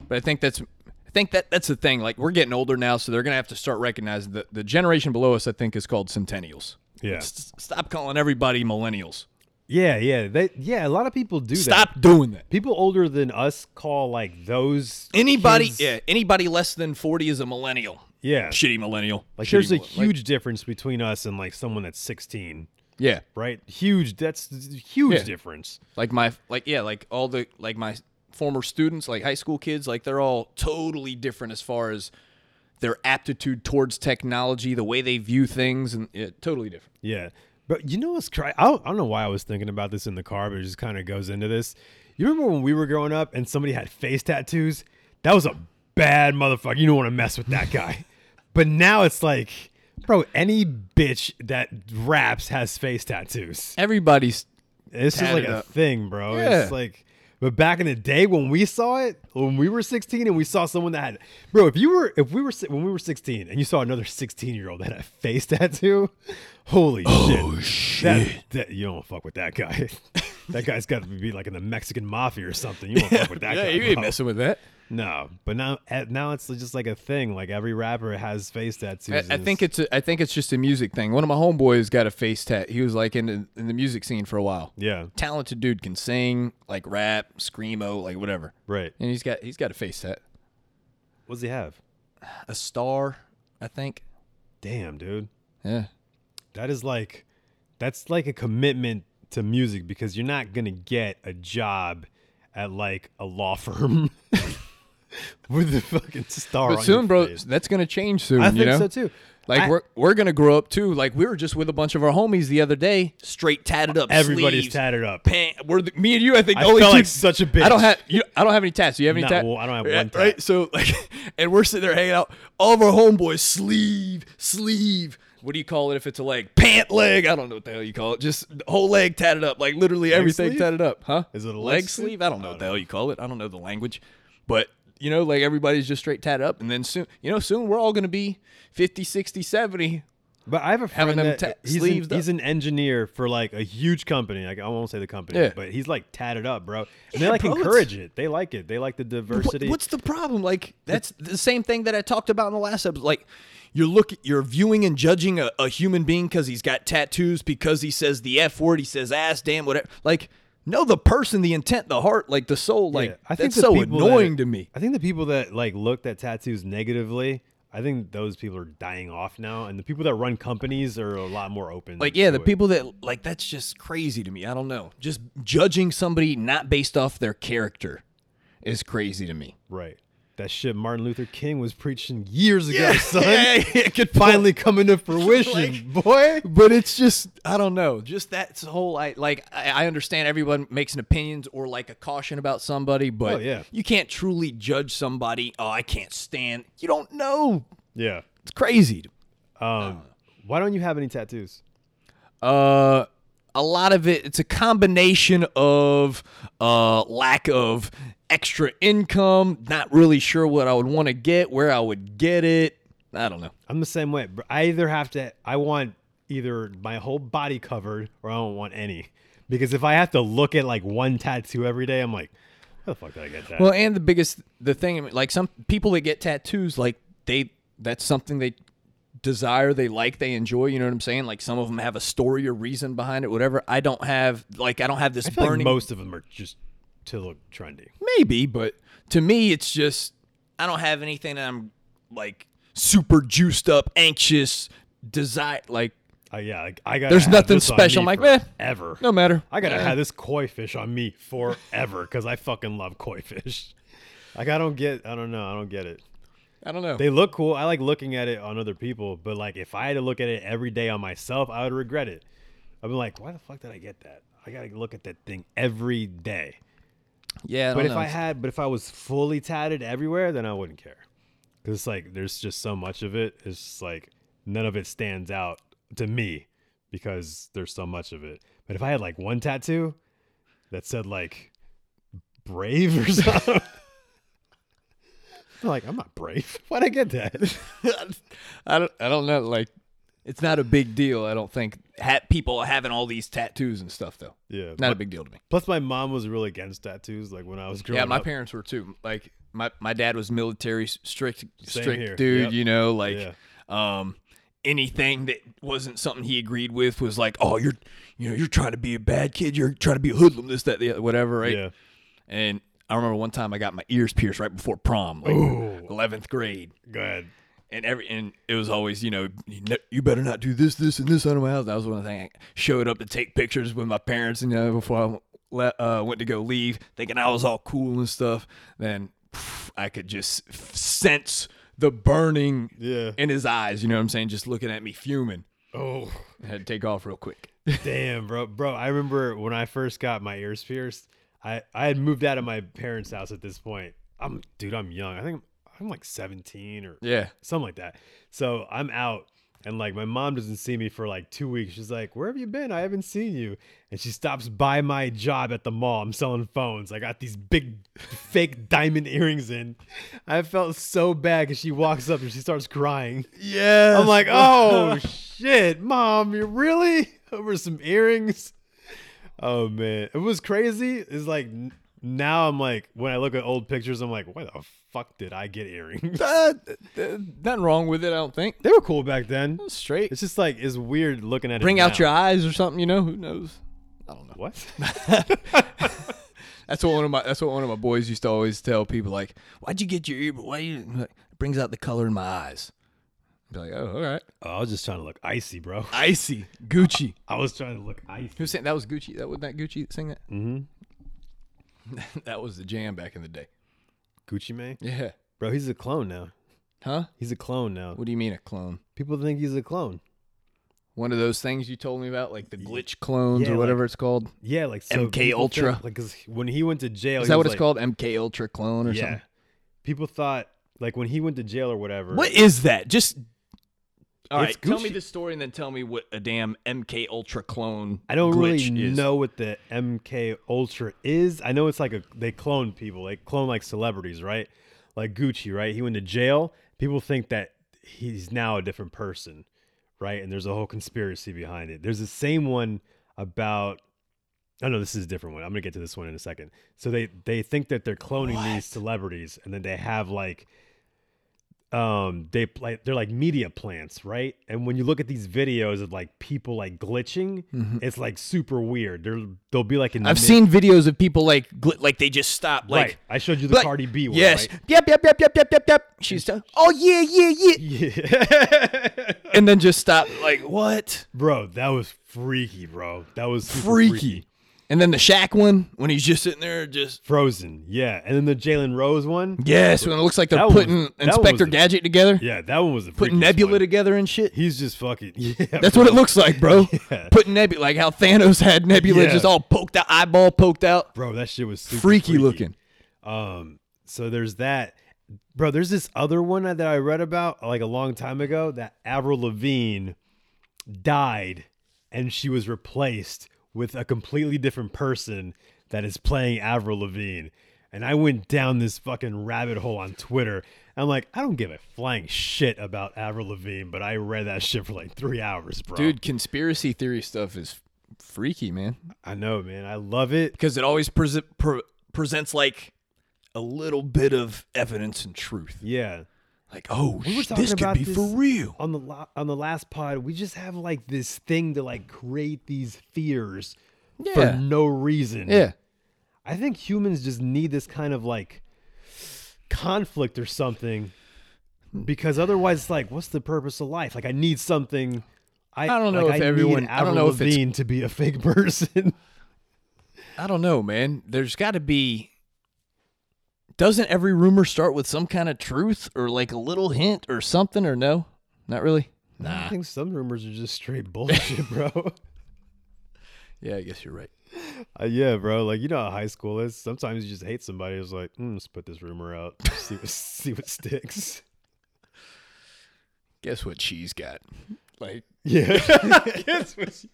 Speaker 2: but I think that's I think that that's the thing. Like we're getting older now, so they're gonna have to start recognizing that the generation below us. I think is called centennials.
Speaker 1: Yeah,
Speaker 2: S- Stop calling everybody millennials.
Speaker 1: yeah, yeah. They, yeah, a lot of people do that.
Speaker 2: Stop doing that.
Speaker 1: People older than us call like those
Speaker 2: Anybody,
Speaker 1: kids-
Speaker 2: yeah, anybody less than forty is a millennial.
Speaker 1: yeah.
Speaker 2: Shitty millennial.
Speaker 1: Like
Speaker 2: Shitty
Speaker 1: there's a
Speaker 2: millennial. Like,
Speaker 1: huge difference between us and like someone that's 16,
Speaker 2: yeah,
Speaker 1: right? Huge. That's huge
Speaker 2: Yeah.
Speaker 1: difference.
Speaker 2: like my, like yeah, like all the like my former students, like high school kids, like they're all totally different as far as their aptitude towards technology, the way they view things, and yeah, totally different.
Speaker 1: Yeah. But you know what's crazy? I don't, I don't know why I was thinking about this in the car, but it just kind of goes into this. You remember when we were growing up and somebody had face tattoos? That was a bad motherfucker. You don't want to mess with that guy. but now it's like, bro, any bitch that raps has face tattoos.
Speaker 2: Everybody's
Speaker 1: It's just like
Speaker 2: Tatted
Speaker 1: a
Speaker 2: up.
Speaker 1: thing, bro.
Speaker 2: Yeah.
Speaker 1: It's like But back in the day when we saw it, when we were 16 and we saw someone that had, bro, if you were, if we were, si- when we were 16 and you saw another 16 year old that had a face (laughs) tattoo, holy
Speaker 2: Oh,
Speaker 1: shit. That, that, you don't fuck with that guy. (laughs) that guy's got to be like in the Mexican mafia or something. You don't fuck with that
Speaker 2: (laughs) yeah,
Speaker 1: guy.
Speaker 2: you ain't
Speaker 1: bro.
Speaker 2: messing with that.
Speaker 1: No, but now eh, now it's just like a thing. Like every rapper has face tattoos.
Speaker 2: I, I
Speaker 1: and
Speaker 2: think
Speaker 1: it's-
Speaker 2: it's a, I think it's just a music thing. One of my homeboys got a face tat. He was like in the, in the music scene for a while.
Speaker 1: yeah,
Speaker 2: Talented dude can sing, like rap, screamo, like whatever.
Speaker 1: right.
Speaker 2: And he's got he's got a face tat.
Speaker 1: What does he have?
Speaker 2: A star, I think.
Speaker 1: Damn, dude,
Speaker 2: Yeah.
Speaker 1: that is like, that's like a commitment to music because you're not gonna get a job at like a law (laughs) firm with a fucking star.
Speaker 2: But
Speaker 1: on
Speaker 2: soon,
Speaker 1: your
Speaker 2: bro,
Speaker 1: face.
Speaker 2: that's gonna change soon.
Speaker 1: I think
Speaker 2: you know?
Speaker 1: so too.
Speaker 2: Like
Speaker 1: I-
Speaker 2: we're we're gonna grow up too. Like we were just with a bunch of our homies the other day, straight tatted up.
Speaker 1: Everybody's
Speaker 2: sleeves,
Speaker 1: tatted up.
Speaker 2: Pant. We're the, me and you. I think the
Speaker 1: I
Speaker 2: only
Speaker 1: felt
Speaker 2: two-
Speaker 1: like such a bitch.
Speaker 2: I don't have you. I don't have any tats. Do you have any
Speaker 1: No,
Speaker 2: tats?
Speaker 1: well, I don't have one tat.
Speaker 2: Right. So like, (laughs) and we're sitting there hanging out. All of our homeboys sleeve sleeve. What do you call it if it's a leg? Pant leg. I don't know what the hell you call it. Just the whole leg tatted up. Like literally everything
Speaker 1: sleeve?
Speaker 2: tatted up. Huh?
Speaker 1: Is it a leg
Speaker 2: leg
Speaker 1: sleeve?
Speaker 2: sleeve? I don't know what the hell you call it. I don't know the language, but. You know, like everybody's just straight tatted up. And then soon, you know, soon we're all going to be 50, 60, 70.
Speaker 1: But I have a friend
Speaker 2: Having them
Speaker 1: that
Speaker 2: ta-
Speaker 1: he's,
Speaker 2: sleeved
Speaker 1: an,
Speaker 2: up.
Speaker 1: he's an engineer for like a huge company. Like I won't say the company,
Speaker 2: Yeah.
Speaker 1: but he's like tatted up, bro. And they
Speaker 2: Yeah,
Speaker 1: like
Speaker 2: bro, it's-
Speaker 1: encourage it. They like it. They like the
Speaker 2: What-
Speaker 1: diversity.
Speaker 2: what's the problem? Like that's the same thing that I talked about in the last episode. Like you're look, you're viewing and judging a, a human being because he's got tattoos, because he says the f word, he says ass, damn, whatever. Like no, the person, the intent, the heart, like the soul. Like
Speaker 1: Yeah.
Speaker 2: that's
Speaker 1: the
Speaker 2: so
Speaker 1: people that-
Speaker 2: annoying to me.
Speaker 1: I think the people that like looked at tattoos negatively. I think those people are dying off now, and the people that run companies are a lot more open.
Speaker 2: Like yeah, the
Speaker 1: to it.
Speaker 2: people that like that's just crazy to me. I don't know. Just judging somebody not based off their character is crazy to me.
Speaker 1: right. That shit Martin Luther King was preaching years ago,
Speaker 2: (laughs)
Speaker 1: son. (laughs)
Speaker 2: it could
Speaker 1: Finally coming
Speaker 2: (laughs)
Speaker 1: to fruition, boy.
Speaker 2: but it's just I don't know. Just that whole I like I, I understand everyone makes an opinions or like a caution about somebody, but
Speaker 1: Oh, yeah.
Speaker 2: you can't truly judge somebody. Oh, I can't stand. You don't know.
Speaker 1: Yeah.
Speaker 2: It's crazy.
Speaker 1: Um, why don't you have any tattoos?
Speaker 2: Uh a lot of it it's a combination of uh lack of extra income, not really sure what I would want to get, where I would get it. I don't know.
Speaker 1: I'm the same way. br- I either have to, I want either my whole body covered or I don't want any. Because if I have to look at like one tattoo every day, I'm like, how the fuck did I get that?
Speaker 2: Well, and the biggest the thing I mean, like some people that get tattoos like they that's something they desire, they like, they enjoy, you know what I'm saying? Like some of them have a story or reason behind it, whatever. I don't have like I don't have this
Speaker 1: I feel like
Speaker 2: burning
Speaker 1: most of them are just to look trendy.
Speaker 2: maybe, but to me it's just I don't have anything that I'm like super juiced up, anxious, desire like
Speaker 1: Uh, yeah, like, I got.
Speaker 2: There's nothing special. I'm like, meh,
Speaker 1: ever.
Speaker 2: no matter.
Speaker 1: I gotta have this koi fish on me forever because I fucking love koi fish. Like I don't get, I don't know, I don't get it.
Speaker 2: I don't know.
Speaker 1: They look cool. I like looking at it on other people, but like if I had to look at it every day on myself, I would regret it. I'd be like, why the fuck did I get that? I gotta look at that thing every day.
Speaker 2: yeah, I
Speaker 1: But
Speaker 2: don't
Speaker 1: if
Speaker 2: know.
Speaker 1: I had, but if I was fully tatted everywhere, then I wouldn't care. Cause it's like there's just so much of it. It's just like none of it stands out to me because there's so much of it. But if I had like one tattoo that said like brave or (laughs) something, I'm like I'm not brave. (laughs) Why'd I get
Speaker 2: (laughs)
Speaker 1: that?
Speaker 2: I don't I don't know like it's not a big deal, I don't think. Ha- people having all these tattoos and stuff though.
Speaker 1: Yeah.
Speaker 2: Not a big deal to me.
Speaker 1: Plus, my mom was really against tattoos. Like when I was growing
Speaker 2: Yeah, my
Speaker 1: up.
Speaker 2: parents were too. Like my my dad was military s- strict strict
Speaker 1: here.
Speaker 2: dude,
Speaker 1: Yep.
Speaker 2: you know, like um anything that wasn't something he agreed with was like, "Oh, you're you know, you're trying to be a bad kid, you're trying to be a hoodlum this that the other, whatever, right?"
Speaker 1: Yeah.
Speaker 2: And I remember one time I got my ears pierced right before prom, like 11th grade.
Speaker 1: Go ahead.
Speaker 2: and every and it was always you know you ne- you better not do this this and this out of my house. That was one of the things. I showed up to take pictures with my parents and you know before I le- uh, went to go leave, thinking I was all cool and stuff. Then pff, I could just f- sense the burning
Speaker 1: Yeah.
Speaker 2: in his eyes. You know what I'm saying? Just looking at me fuming.
Speaker 1: Oh.
Speaker 2: I had to take off real quick.
Speaker 1: Damn, bro, bro. I remember when I first got my ears pierced. I I had moved out of my parents' house at this point. I'm dude. I'm young. I think I'm, I'm like 17 or
Speaker 2: Yeah.
Speaker 1: something like that. So I'm out, And like my mom doesn't see me for like two weeks. She's like, Where have you been? I haven't seen you. And she stops by my job at the mall. I'm selling phones. I got these big fake diamond earrings in. I felt so bad because she walks up and she starts crying.
Speaker 2: Yeah.
Speaker 1: I'm
Speaker 2: (laughs)
Speaker 1: like, (laughs) oh shit, mom, you really (laughs) over some earrings? Oh man, it was crazy. It's like n- now I'm like, when I look at old pictures, I'm like, why the fuck did I get earrings? (laughs)
Speaker 2: nothing wrong with it, I don't think.
Speaker 1: they were cool back then.
Speaker 2: Straight.
Speaker 1: It's just like it's weird looking at
Speaker 2: Bring
Speaker 1: it.
Speaker 2: out
Speaker 1: now.
Speaker 2: your eyes or something, you know? Who knows? I don't know.
Speaker 1: what? (laughs)
Speaker 2: That's what one of my that's what one of my boys used to always tell people like, "Why'd you get your ear? Why you?" Like, it brings out the color in my eyes. Be like, "Oh, all right,
Speaker 1: oh, I was just trying to look icy, bro.
Speaker 2: icy Gucci."
Speaker 1: I was trying to look icy.
Speaker 2: Who sang that? Was Gucci? That wasn't that Gucci that sang that. Mm-hmm. (laughs) that was the jam back in the day.
Speaker 1: Gucci Mane,
Speaker 2: Yeah.
Speaker 1: bro, he's a clone now.
Speaker 2: Huh?
Speaker 1: He's a clone now.
Speaker 2: What do you mean a clone?
Speaker 1: People think he's a clone.
Speaker 2: One of those things you told me about, like the glitch clones
Speaker 1: Yeah,
Speaker 2: or
Speaker 1: like-
Speaker 2: whatever it's called.
Speaker 1: Yeah, like so
Speaker 2: MK
Speaker 1: people
Speaker 2: Ultra.
Speaker 1: think- like, 'cause when he went to jail,
Speaker 2: Is
Speaker 1: he
Speaker 2: that what
Speaker 1: was
Speaker 2: it's
Speaker 1: like-
Speaker 2: called? MK Ultra clone or
Speaker 1: yeah.
Speaker 2: something?
Speaker 1: People thought like when he went to jail or whatever.
Speaker 2: What is that? Just all right.
Speaker 1: It's
Speaker 2: Tell me
Speaker 1: Gucci.
Speaker 2: the story and then tell me what a damn MK Ultra clone.
Speaker 1: I don't really
Speaker 2: glitch is.
Speaker 1: know what the MK Ultra is. I know it's like a they clone people. They clone like celebrities, right? Like Gucci, right? He went to jail. People think that he's now a different person, right? And there's a whole conspiracy behind it. There's the same one about Oh no, this is a different one. I'm gonna get to this one in a second. So they they think that they're cloning these celebrities, and then they have like, um, they like they're like media plants, right? And when you look at these videos of like people like glitching, it's like super weird. They're they'll be like in.
Speaker 2: Mm-hmm. I've seen videos of people like gl- like they just stop like
Speaker 1: right. I showed you the
Speaker 2: like,
Speaker 1: Cardi B one.
Speaker 2: Yes.
Speaker 1: right? (laughs)
Speaker 2: Yep. Yep. Yep. Yep. Yep. Yep. Yep. She's done. Oh yeah. Yeah. Yeah.
Speaker 1: Yeah.
Speaker 2: And then just stop. Like what?
Speaker 1: bro, that was freaky, bro. That was super
Speaker 2: Freaky. And then the Shaq one when he's just sitting there just.
Speaker 1: Frozen, yeah. And then the Jalen Rose one.
Speaker 2: Yes, when it looks like they're
Speaker 1: That one was-
Speaker 2: putting
Speaker 1: that one was
Speaker 2: Inspector
Speaker 1: the-
Speaker 2: Gadget together,
Speaker 1: Yeah, that one was a
Speaker 2: putting Nebula together and shit.
Speaker 1: He's just fucking. (laughs) Yeah,
Speaker 2: That's what it looks like, bro.
Speaker 1: (laughs) Yeah.
Speaker 2: Putting Nebula, like how Thanos had Nebula
Speaker 1: Yeah.
Speaker 2: just all poked out, eyeball poked out.
Speaker 1: bro that shit was super
Speaker 2: Freaky, looking.
Speaker 1: um so there's that bro there's this other one that i read about like a long time ago that avril lavigne died and she was replaced with a completely different person that is playing avril lavigne and i went down this fucking rabbit hole on twitter i'm like i don't give a flying shit about avril lavigne but i read that shit for like three hours bro
Speaker 2: Dude, conspiracy theory stuff is freaky, man.
Speaker 1: i know man i love it
Speaker 2: Because it always prese- pre- presents like a little bit of evidence and truth.
Speaker 1: yeah
Speaker 2: Like, oh,
Speaker 1: We were
Speaker 2: sh-
Speaker 1: talking
Speaker 2: this could
Speaker 1: about
Speaker 2: be
Speaker 1: this
Speaker 2: for real.
Speaker 1: on the la- on the last pod. We just have like this thing to like create these fears
Speaker 2: Yeah.
Speaker 1: for no reason.
Speaker 2: Yeah.
Speaker 1: I think humans just need this kind of like conflict or something because otherwise, it's like, what's the purpose of life? Like, I need something. I,
Speaker 2: I don't know
Speaker 1: like,
Speaker 2: if
Speaker 1: I need
Speaker 2: everyone- I don't
Speaker 1: Avril
Speaker 2: know if it's-
Speaker 1: Lavigne to be a fake person. (laughs)
Speaker 2: I don't know, man. There's got to be. Doesn't every rumor start with some kind of truth or like a little hint or something or no? Not really.
Speaker 1: I think some rumors are just straight bullshit,
Speaker 2: (laughs)
Speaker 1: bro.
Speaker 2: Yeah, I guess you're right.
Speaker 1: Uh, yeah, bro. Like you know how high school is. Sometimes you just hate somebody. It's like, mm, let's put this rumor out, (laughs) see what, see what sticks.
Speaker 2: Guess what she's got? Like
Speaker 1: Yeah. (laughs) Guess what? she-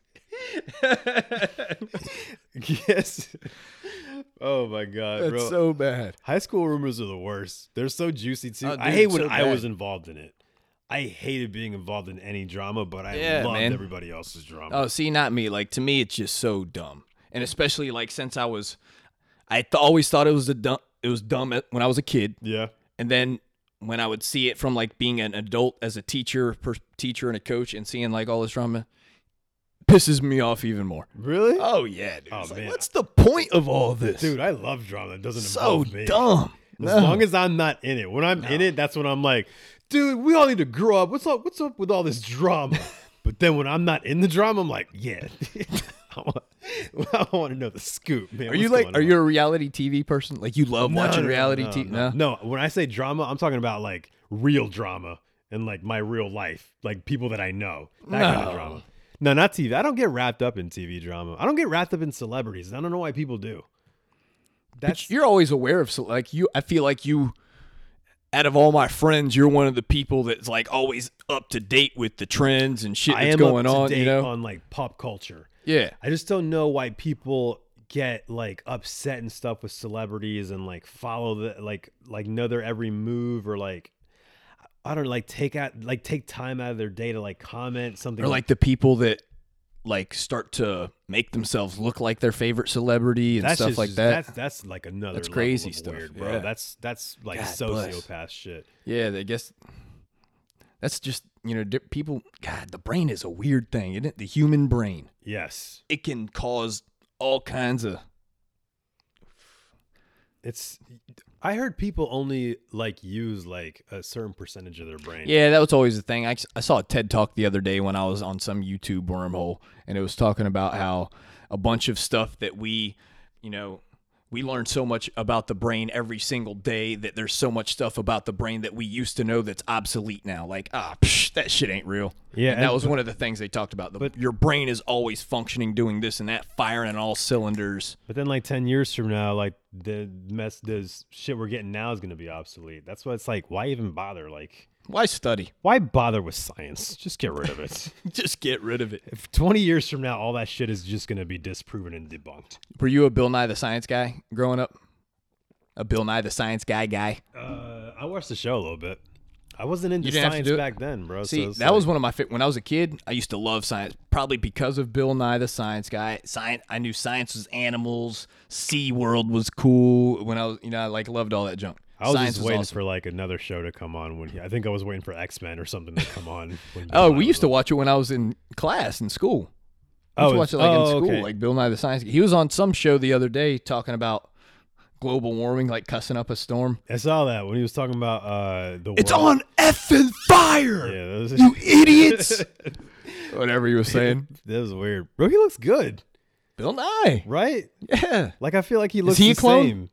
Speaker 1: (laughs) Guess. Oh my god,
Speaker 2: that's
Speaker 1: bro.
Speaker 2: so bad.
Speaker 1: High school rumors are the worst. They're so juicy too.
Speaker 2: Oh,
Speaker 1: I
Speaker 2: dude,
Speaker 1: hate when
Speaker 2: so
Speaker 1: I
Speaker 2: bad.
Speaker 1: was involved in it. I hated being involved in any drama, but I
Speaker 2: Yeah,
Speaker 1: loved
Speaker 2: man.
Speaker 1: everybody else's drama.
Speaker 2: Oh, see, not me. Like to me, it's just so dumb, and especially like since I was, I th- always thought it was a dumb. It was dumb at- when I was a kid,
Speaker 1: yeah.
Speaker 2: and then when I would see it from like being an adult as a teacher, per- teacher and a coach, and seeing like all this drama, pisses me off even more.
Speaker 1: Really?
Speaker 2: Oh yeah, dude.
Speaker 1: Oh,
Speaker 2: It's like,
Speaker 1: man.
Speaker 2: what's the point of all this?
Speaker 1: Dude, I love drama. It doesn't
Speaker 2: so
Speaker 1: involve me.
Speaker 2: dumb.
Speaker 1: As long as I'm not in it. When I'm in it, that's when I'm like, dude, we all need to grow up. What's up? What's up with all this
Speaker 2: (laughs)
Speaker 1: drama? but then when I'm not in the drama, I'm like, yeah, (laughs) I want, I want to know the scoop, man.
Speaker 2: are you like? Are you a reality TV person? Like you love (laughs) watching reality
Speaker 1: no,
Speaker 2: TV?
Speaker 1: No. no, when I say drama, I'm talking about like real drama and like my real life, like people that I know. That kind
Speaker 2: No.
Speaker 1: of drama. No, not TV. I don't get wrapped up in TV drama. I don't get wrapped up in celebrities. I don't know why people do.
Speaker 2: But you're always aware of so like you. I feel like you out of all my friends, you're one of the people that's like always up to date with the trends and shit
Speaker 1: I
Speaker 2: that's
Speaker 1: am
Speaker 2: going
Speaker 1: up to
Speaker 2: on.
Speaker 1: date
Speaker 2: You know?
Speaker 1: on like pop culture.
Speaker 2: yeah.
Speaker 1: I just don't know why people get like upset and stuff with celebrities and like follow the like like know their every move or like I don't know, like take out like take time out of their day to like comment something
Speaker 2: Or like the people that like start to make themselves look like their favorite celebrity and stuff
Speaker 1: just-
Speaker 2: like that.
Speaker 1: That's that's like another
Speaker 2: That's
Speaker 1: level
Speaker 2: crazy
Speaker 1: of
Speaker 2: stuff,
Speaker 1: weird, bro.
Speaker 2: yeah.
Speaker 1: That's that's like
Speaker 2: God
Speaker 1: sociopath
Speaker 2: bless.
Speaker 1: shit.
Speaker 2: Yeah, I guess that's just you know di- people. God, the brain is a weird thing, isn't it? The human brain
Speaker 1: Yes.
Speaker 2: it can cause all kinds of.
Speaker 1: It's I heard people only like use like a certain percentage of their brain.
Speaker 2: Yeah, that was always the thing. I, I saw a TED talk the other day when I was on some YouTube wormhole, and it was talking about how a bunch of stuff that we, you know, we learn so much about the brain every single day that there's so much stuff about the brain that we used to know that's obsolete now. Like ah, psh, that shit ain't real.
Speaker 1: Yeah,
Speaker 2: and
Speaker 1: and-
Speaker 2: that was one of the things they talked about. The, your brain is always functioning, doing this and that, firing on all cylinders.
Speaker 1: But then like 10 years from now, like the mess this shit we're getting now is gonna be obsolete. That's why it's like, why even bother? Like
Speaker 2: Why study? (laughs)
Speaker 1: why bother with science? Just get rid of (laughs) it.
Speaker 2: Just get rid of it.
Speaker 1: if 20 years from now all that shit is just gonna be disproven and debunked.
Speaker 2: Were you a Bill Nye the Science guy growing up? A Bill Nye the Science guy guy.
Speaker 1: Uh, I watched the show a little bit. I wasn't into
Speaker 2: didn't have to
Speaker 1: science
Speaker 2: do it?
Speaker 1: back then, bro.
Speaker 2: See,
Speaker 1: so it's
Speaker 2: that
Speaker 1: like-
Speaker 2: was one of my fa- when I was a kid. I used to love science, probably because of Bill Nye the Science Guy. Science, I knew science was animals. Sea World was cool when I was, you know, I like loved all that junk.
Speaker 1: I was
Speaker 2: science
Speaker 1: just waiting
Speaker 2: awesome.
Speaker 1: for like another show to come on when he, I think I was waiting for X Men or something to come on.
Speaker 2: (laughs)
Speaker 1: When
Speaker 2: Oh, we used to watch it when I was in class in school. I used to watch it like in
Speaker 1: oh,
Speaker 2: school,
Speaker 1: okay.
Speaker 2: like Bill Nye the Science. Guy. He was on some show the other day talking about global warming, like cussing up a storm.
Speaker 1: I saw that when he was talking about uh, the.
Speaker 2: It's
Speaker 1: world.
Speaker 2: on effing fire,
Speaker 1: Yeah, that was, (laughs)
Speaker 2: you idiots! Whatever he was saying,
Speaker 1: that was weird, bro. He looks good,
Speaker 2: Bill Nye.
Speaker 1: right?
Speaker 2: Yeah, is
Speaker 1: Like I feel like he looks.
Speaker 2: he a
Speaker 1: the
Speaker 2: clone?
Speaker 1: Same.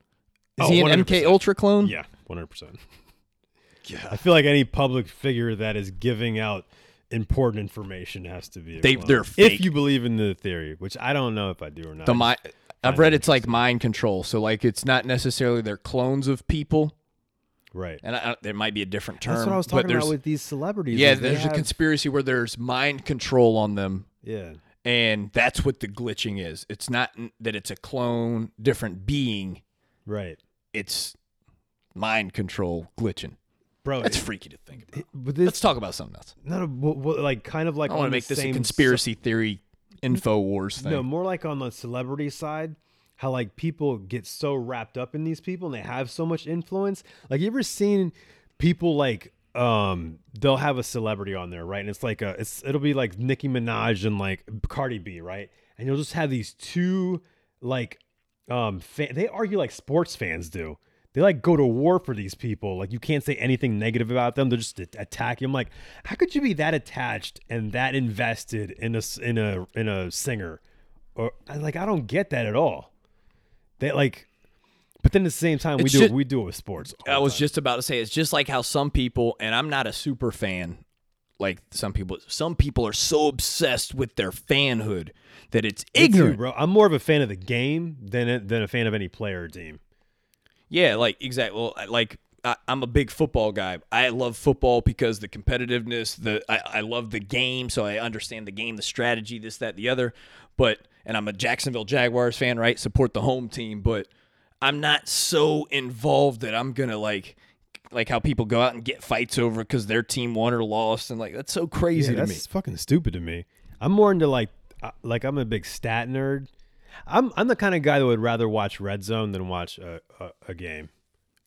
Speaker 1: Is Oh,
Speaker 2: he an MK Ultra clone?
Speaker 1: Yeah, one hundred percent. (laughs) I feel like any public figure that is giving out important information has to be. A
Speaker 2: They-
Speaker 1: clone.
Speaker 2: they're
Speaker 1: if
Speaker 2: fake.
Speaker 1: you believe in the theory, which I don't know if I do or not.
Speaker 2: the
Speaker 1: I
Speaker 2: mind. I've
Speaker 1: find
Speaker 2: read
Speaker 1: it
Speaker 2: it's like mind control, so like it's not necessarily they're clones of people,
Speaker 1: just- right.
Speaker 2: and I, I, there might be a different term.
Speaker 1: That's what I was
Speaker 2: but
Speaker 1: talking
Speaker 2: there's-
Speaker 1: about with these celebrities.
Speaker 2: Yeah,
Speaker 1: is they
Speaker 2: there's a
Speaker 1: have-
Speaker 2: conspiracy where there's mind control on them,
Speaker 1: Yeah.
Speaker 2: and that's what the glitching is. It's not n- that it's a clone, different being.
Speaker 1: Right.
Speaker 2: It's mind control glitching.
Speaker 1: Bro,
Speaker 2: That's
Speaker 1: it-
Speaker 2: freaky to think about.
Speaker 1: it- but
Speaker 2: Let's
Speaker 1: this
Speaker 2: talk about something else.
Speaker 1: not a, well, well, like kind of like
Speaker 2: I
Speaker 1: on
Speaker 2: want to
Speaker 1: the
Speaker 2: make this a
Speaker 1: same
Speaker 2: conspiracy theory, info wars
Speaker 1: so-
Speaker 2: thing.
Speaker 1: no, more like on the celebrity side, how like people get so wrapped up in these people and they have so much influence. Like you ever seen people like um they'll have a celebrity on there, right? And it's like a it's it'll be like Nicki Minaj and like Cardi B, right? And you'll just have these two like um fan, they argue like sports fans do they like go to war for these people like you can't say anything negative about them they're just a- attacking i'm like how could you be that attached and that invested in a s- in a in a singer or I, like i don't get that at all they like but then at the same time we
Speaker 2: It's
Speaker 1: do
Speaker 2: just-
Speaker 1: it, we do it with sports all
Speaker 2: I
Speaker 1: the
Speaker 2: was
Speaker 1: time.
Speaker 2: just about to say it's just like how some people, and I'm not a super fan like some people. Some people are so obsessed with their fanhood that it's
Speaker 1: Me too,
Speaker 2: ignorant.
Speaker 1: bro i'm more of a fan of the game than a, than a fan of any player or team
Speaker 2: Yeah, like exactly. Well, I- like I, I'm a big football guy. I love football because the competitiveness. The I, I love the game, so I understand the game, the strategy, this, that, the other. But and I'm a Jacksonville Jaguars fan, right? Support the home team, but I'm not so involved that I'm gonna like like how people go out and get fights over because their team won or lost, and like that's so crazy
Speaker 1: Yeah,
Speaker 2: to me.
Speaker 1: that's fucking stupid to me. I'm more into like uh, like I'm a big stat nerd. I'm I'm the kind of guy that would rather watch Red Zone than watch a, a, a game,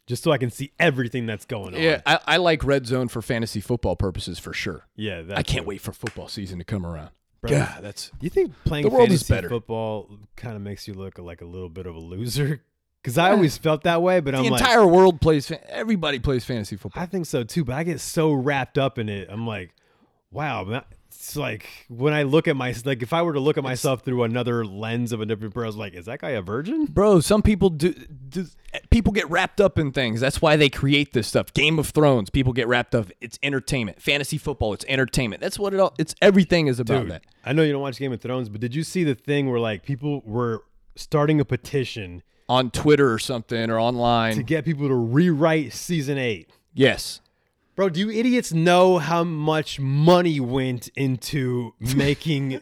Speaker 1: just so I can see everything that's going on.
Speaker 2: Yeah, I, I like red zone for fantasy football purposes for sure.
Speaker 1: yeah. That,
Speaker 2: I can't wait for football season to come around.
Speaker 1: Bro.
Speaker 2: Yeah, that's
Speaker 1: You think playing
Speaker 2: The world is
Speaker 1: fantasy
Speaker 2: better.
Speaker 1: football kind of makes you look like a little bit of a loser? Because I always felt that way, but I'm
Speaker 2: the
Speaker 1: like,
Speaker 2: entire world plays. Fa- everybody plays fantasy football.
Speaker 1: I think so too. But I get so wrapped up in it. I'm like, wow. man, It's like when I look at my like if I were to look at myself through another lens of a different person, I was like, is that guy a virgin?
Speaker 2: Bro, some people do, do. People get wrapped up in things. That's why they create this stuff. Game of Thrones. People get wrapped up. It's entertainment. Fantasy football. It's entertainment. That's what it all. It's everything is about
Speaker 1: Dude,
Speaker 2: that.
Speaker 1: I know you don't watch Game of Thrones, but did you see the thing where like people were starting a petition
Speaker 2: On Twitter or something or
Speaker 1: to
Speaker 2: online.
Speaker 1: get people to rewrite season eight?
Speaker 2: Yes.
Speaker 1: Bro, do you idiots know how much money went
Speaker 2: (laughs)
Speaker 1: into making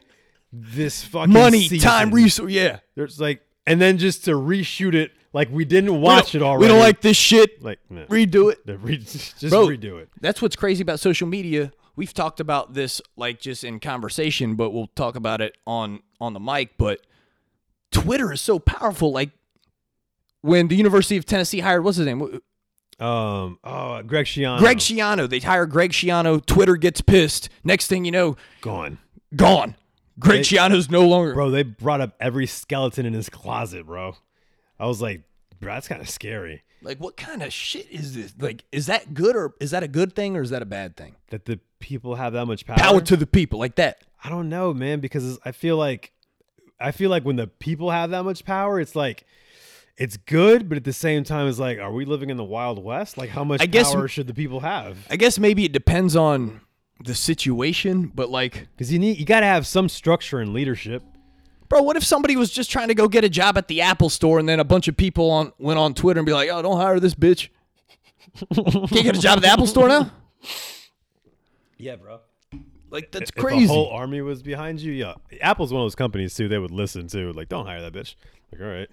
Speaker 1: this fucking
Speaker 2: Money,
Speaker 1: season?
Speaker 2: time, resource. Yeah.
Speaker 1: There's like, and then just to reshoot it, like we didn't watch
Speaker 2: we
Speaker 1: it
Speaker 2: don't-
Speaker 1: already.
Speaker 2: We don't like this shit.
Speaker 1: like no.
Speaker 2: Redo it.
Speaker 1: The re- (laughs) just
Speaker 2: Bro.
Speaker 1: redo it.
Speaker 2: That's what's crazy about social media. We've talked about this like just in conversation, but we'll talk about it on on the mic, but Twitter is so powerful like when the University of Tennessee hired what's his name?
Speaker 1: Um, oh, Greg Schiano,
Speaker 2: Greg Schiano. They hire Greg Schiano. Twitter gets pissed. Next thing you know,
Speaker 1: gone,
Speaker 2: gone. Greg Schiano's no longer.
Speaker 1: bro. They brought up every skeleton in his closet, bro. I was like, bro, that's kind of scary.
Speaker 2: Like, what kind of shit is this? Like, is that good or is that a good thing or is that a bad thing?
Speaker 1: That the people have that much power.
Speaker 2: Power to the people, like that.
Speaker 1: I don't know, man, because I feel like I feel like when the people have that much power, it's like it's good, but at the same time, it's like, are we living in the Wild West? Like, how much
Speaker 2: I guess-
Speaker 1: power should the people have?
Speaker 2: I guess maybe it depends on the situation, but like,
Speaker 1: Because you need you got to have some structure and leadership.
Speaker 2: bro, what if somebody was just trying to go get a job at the Apple store and then a bunch of people on went on Twitter and be like, oh, don't hire
Speaker 1: (laughs)
Speaker 2: this bitch. Can't get a job at the Apple store now?
Speaker 1: Yeah, bro.
Speaker 2: Like, that's
Speaker 1: If
Speaker 2: crazy.
Speaker 1: a whole army was behind you, yeah. Apple's one of those companies too. They would listen to like, don't hire that bitch. Like, all right,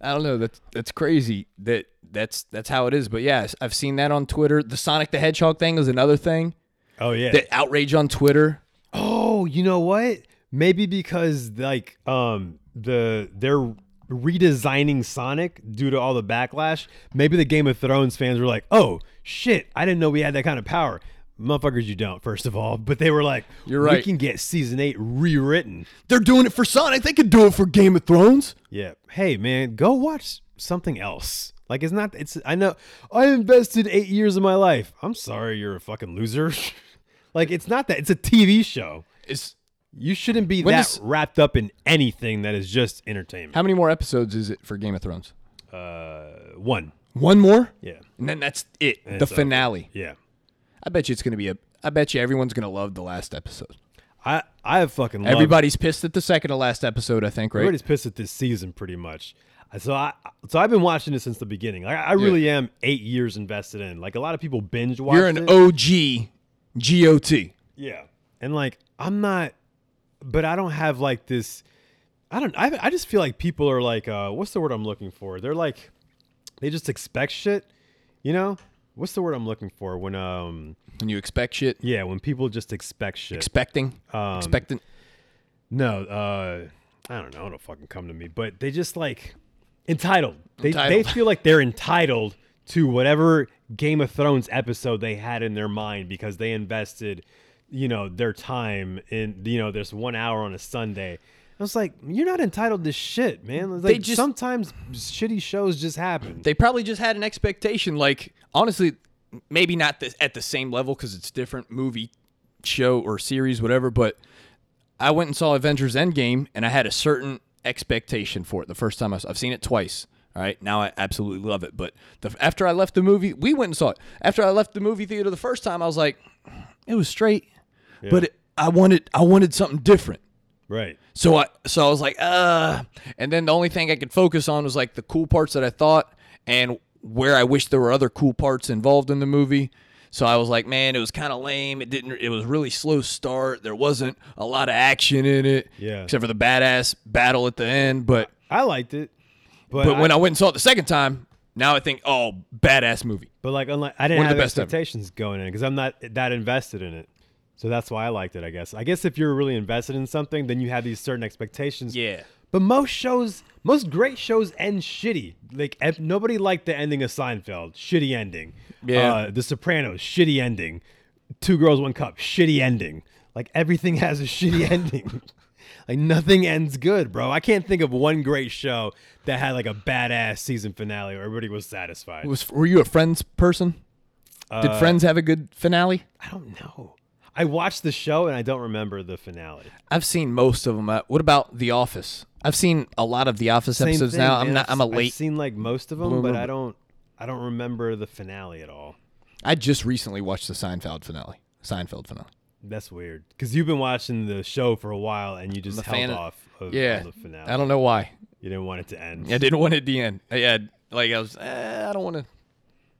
Speaker 2: I don't know. That's that's crazy. That that's that's how it is. But yeah, I've seen that on Twitter. The Sonic the Hedgehog thing is another thing.
Speaker 1: oh yeah.
Speaker 2: That outrage on Twitter.
Speaker 1: oh, you know what? Maybe because like um the they're redesigning Sonic due to all the backlash. Maybe the Game of Thrones fans were like, oh shit, I didn't know we had that kind of power. Motherfuckers, you don't. First of all, but they were like,
Speaker 2: You're
Speaker 1: We
Speaker 2: right.
Speaker 1: can get season eight rewritten.
Speaker 2: They're doing it for Sonic. They could do it for Game of Thrones.
Speaker 1: Yeah. Hey, man, go watch something else. Like it's not. It's I know. I invested eight years of my life. I'm sorry, you're a fucking loser. (laughs) like it's not that. It's a TV show.
Speaker 2: It's
Speaker 1: You shouldn't be
Speaker 2: When
Speaker 1: that
Speaker 2: does-
Speaker 1: wrapped up in anything that is just entertainment.
Speaker 2: how many more episodes is it for Game of Thrones?
Speaker 1: Uh, one.
Speaker 2: One more,
Speaker 1: Yeah.
Speaker 2: and then that's it. the
Speaker 1: it's over.
Speaker 2: finale.
Speaker 1: Yeah.
Speaker 2: I bet you it's gonna be a. I bet you everyone's gonna love the last episode.
Speaker 1: I I have fucking loved
Speaker 2: Everybody's pissed at the second to last episode. I think right.
Speaker 1: Everybody's pissed at this season, pretty much. So I so I've been watching it since the beginning. Like I really am eight years invested in. Like a lot of people binge watch.
Speaker 2: You're an
Speaker 1: it.
Speaker 2: OG, GOT.
Speaker 1: Yeah. And like I'm not but I don't have like this I don't I I just feel like people are like uh what's the word I'm looking for? They're like they just expect shit, you know? What's the word I'm looking for when um
Speaker 2: When you expect shit,
Speaker 1: yeah, Um, when people just expect shit.
Speaker 2: expecting, expectant.
Speaker 1: no, uh I don't know, it'll fucking come to me, but they just like entitled. They
Speaker 2: Entitled.
Speaker 1: they feel like they're entitled to whatever Game of Thrones episode they had in their mind because they invested, you know, their time in you know this one hour on a Sunday. I was like, you're not entitled to shit, man. Like,
Speaker 2: just-
Speaker 1: sometimes shitty shows just happen.
Speaker 2: they probably just had an expectation like honestly maybe not this at the same level because it's different movie show or series whatever but i went and saw avengers endgame and i had a certain expectation for it the first time I, have seen it twice all right now i absolutely love it but the, after i left the movie we went and saw it after i left the movie theater the first time i was like it was straight but it, i wanted i wanted something different
Speaker 1: right.
Speaker 2: so I so I was like, uh and then the only thing I could focus on was like the cool parts that I thought and where I wish there were other cool parts involved in the movie. So I was like, man, it was kind of lame. It didn't it was really slow start. There wasn't a lot of action in it.
Speaker 1: Yeah.
Speaker 2: Except for the badass battle at the end. But
Speaker 1: I liked it. But,
Speaker 2: but
Speaker 1: I,
Speaker 2: when I went and saw it the second time, now I think, oh, badass movie.
Speaker 1: but like unlike, I didn't
Speaker 2: One of
Speaker 1: have
Speaker 2: the best ever.
Speaker 1: expectations going in because I'm not that invested in it. So that's why I liked it, I guess. I guess if you're really invested in something, then you have these certain expectations.
Speaker 2: Yeah.
Speaker 1: But most shows, most great shows end shitty. Like ev- nobody liked the ending of Seinfeld, shitty ending.
Speaker 2: Yeah.
Speaker 1: Uh, the Sopranos, shitty ending. Two Girls, One Cup, shitty ending. Like everything (laughs) has a
Speaker 2: (laughs)
Speaker 1: shitty ending. like nothing ends good, bro. I can't think of one great show that had like a badass season finale where everybody was satisfied.
Speaker 2: Was were you a friends person? Did Friends have a good finale?
Speaker 1: I don't know. I watched the show and I don't remember the finale.
Speaker 2: I've seen most of them. Uh, What about The Office? I've seen a lot of The Office
Speaker 1: Same
Speaker 2: episodes
Speaker 1: thing,
Speaker 2: now. I'm
Speaker 1: man.
Speaker 2: not.
Speaker 1: I've-
Speaker 2: I'm a
Speaker 1: I've
Speaker 2: late.
Speaker 1: seen like most of them, but
Speaker 2: bloomer,
Speaker 1: I
Speaker 2: but-
Speaker 1: don't. I don't remember the finale at all.
Speaker 2: I just recently watched the Seinfeld finale. Seinfeld finale.
Speaker 1: That's weird because you've been watching the show for a while and you just held
Speaker 2: fan-
Speaker 1: off of,
Speaker 2: Yeah.
Speaker 1: on the finale.
Speaker 2: I don't know why.
Speaker 1: you didn't want it to end.
Speaker 2: I didn't want it to end. I had like I was. Eh, I don't want to.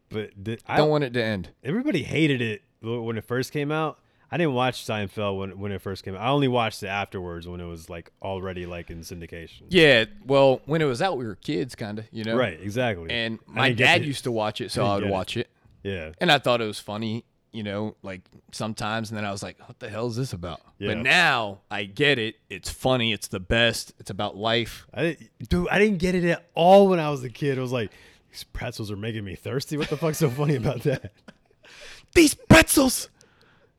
Speaker 1: but the, I
Speaker 2: Don't want it to end.
Speaker 1: everybody hated it wh- when it first came out. I didn't watch Seinfeld when when it first came out. I only watched it afterwards when it was like already like in syndication.
Speaker 2: Yeah. Well, when it was out, we were kids, kind of, you know?
Speaker 1: Right, exactly.
Speaker 2: And
Speaker 1: I
Speaker 2: my
Speaker 1: didn't get
Speaker 2: dad
Speaker 1: it.
Speaker 2: used to watch it, so I would
Speaker 1: get it.
Speaker 2: watch it.
Speaker 1: Yeah.
Speaker 2: And I thought it was funny, you know, like sometimes. And then I was like, what the hell is this about?
Speaker 1: Yeah.
Speaker 2: But now I get it. It's funny. It's the best. It's about life.
Speaker 1: I didn't, dude, I didn't get it at all when I was a kid. It was like these pretzels are making me thirsty. What the fuck's so funny about
Speaker 2: (laughs)
Speaker 1: that,
Speaker 2: These pretzels.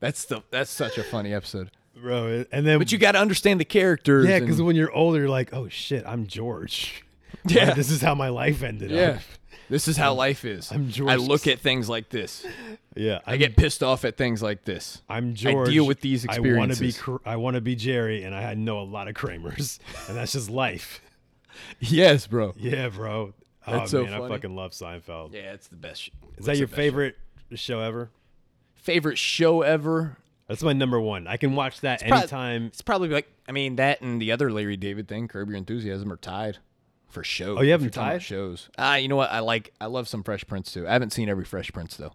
Speaker 2: That's the that's such a funny episode.
Speaker 1: bro? And then
Speaker 2: But you got to understand the
Speaker 1: (laughs)
Speaker 2: characters.
Speaker 1: yeah,
Speaker 2: and-
Speaker 1: because when you're older, you're like, oh shit, I'm George. Like,
Speaker 2: (laughs) Yeah.
Speaker 1: this is how my life ended.
Speaker 2: yeah.
Speaker 1: up.
Speaker 2: (laughs) This is how life is.
Speaker 1: I'm George.
Speaker 2: I look at things like this.
Speaker 1: yeah. I'm,
Speaker 2: I get pissed off at things like this.
Speaker 1: I'm George.
Speaker 2: deal with these
Speaker 1: I want to be.
Speaker 2: experiences.
Speaker 1: Cr- I want to be Jerry, and I know a lot of Kramers, (laughs) and that's just
Speaker 2: (laughs)
Speaker 1: life.
Speaker 2: Yes, bro.
Speaker 1: Yeah, bro.
Speaker 2: That's
Speaker 1: oh
Speaker 2: so
Speaker 1: man, I
Speaker 2: funny.
Speaker 1: fucking love Seinfeld.
Speaker 2: Yeah, it's the best. sh-
Speaker 1: Is
Speaker 2: it's the
Speaker 1: that your
Speaker 2: best
Speaker 1: favorite show ever?
Speaker 2: favorite show ever?
Speaker 1: That's my number one. I can watch that
Speaker 2: prob-
Speaker 1: anytime.
Speaker 2: It's probably like I mean that and the other Larry David thing, Curb Your Enthusiasm, are tied for shows.
Speaker 1: Oh, you have
Speaker 2: if
Speaker 1: them
Speaker 2: you're talking about
Speaker 1: tied?
Speaker 2: Shows. Ah, you know what? I like I love some Fresh Prince too. I haven't seen every Fresh Prince though.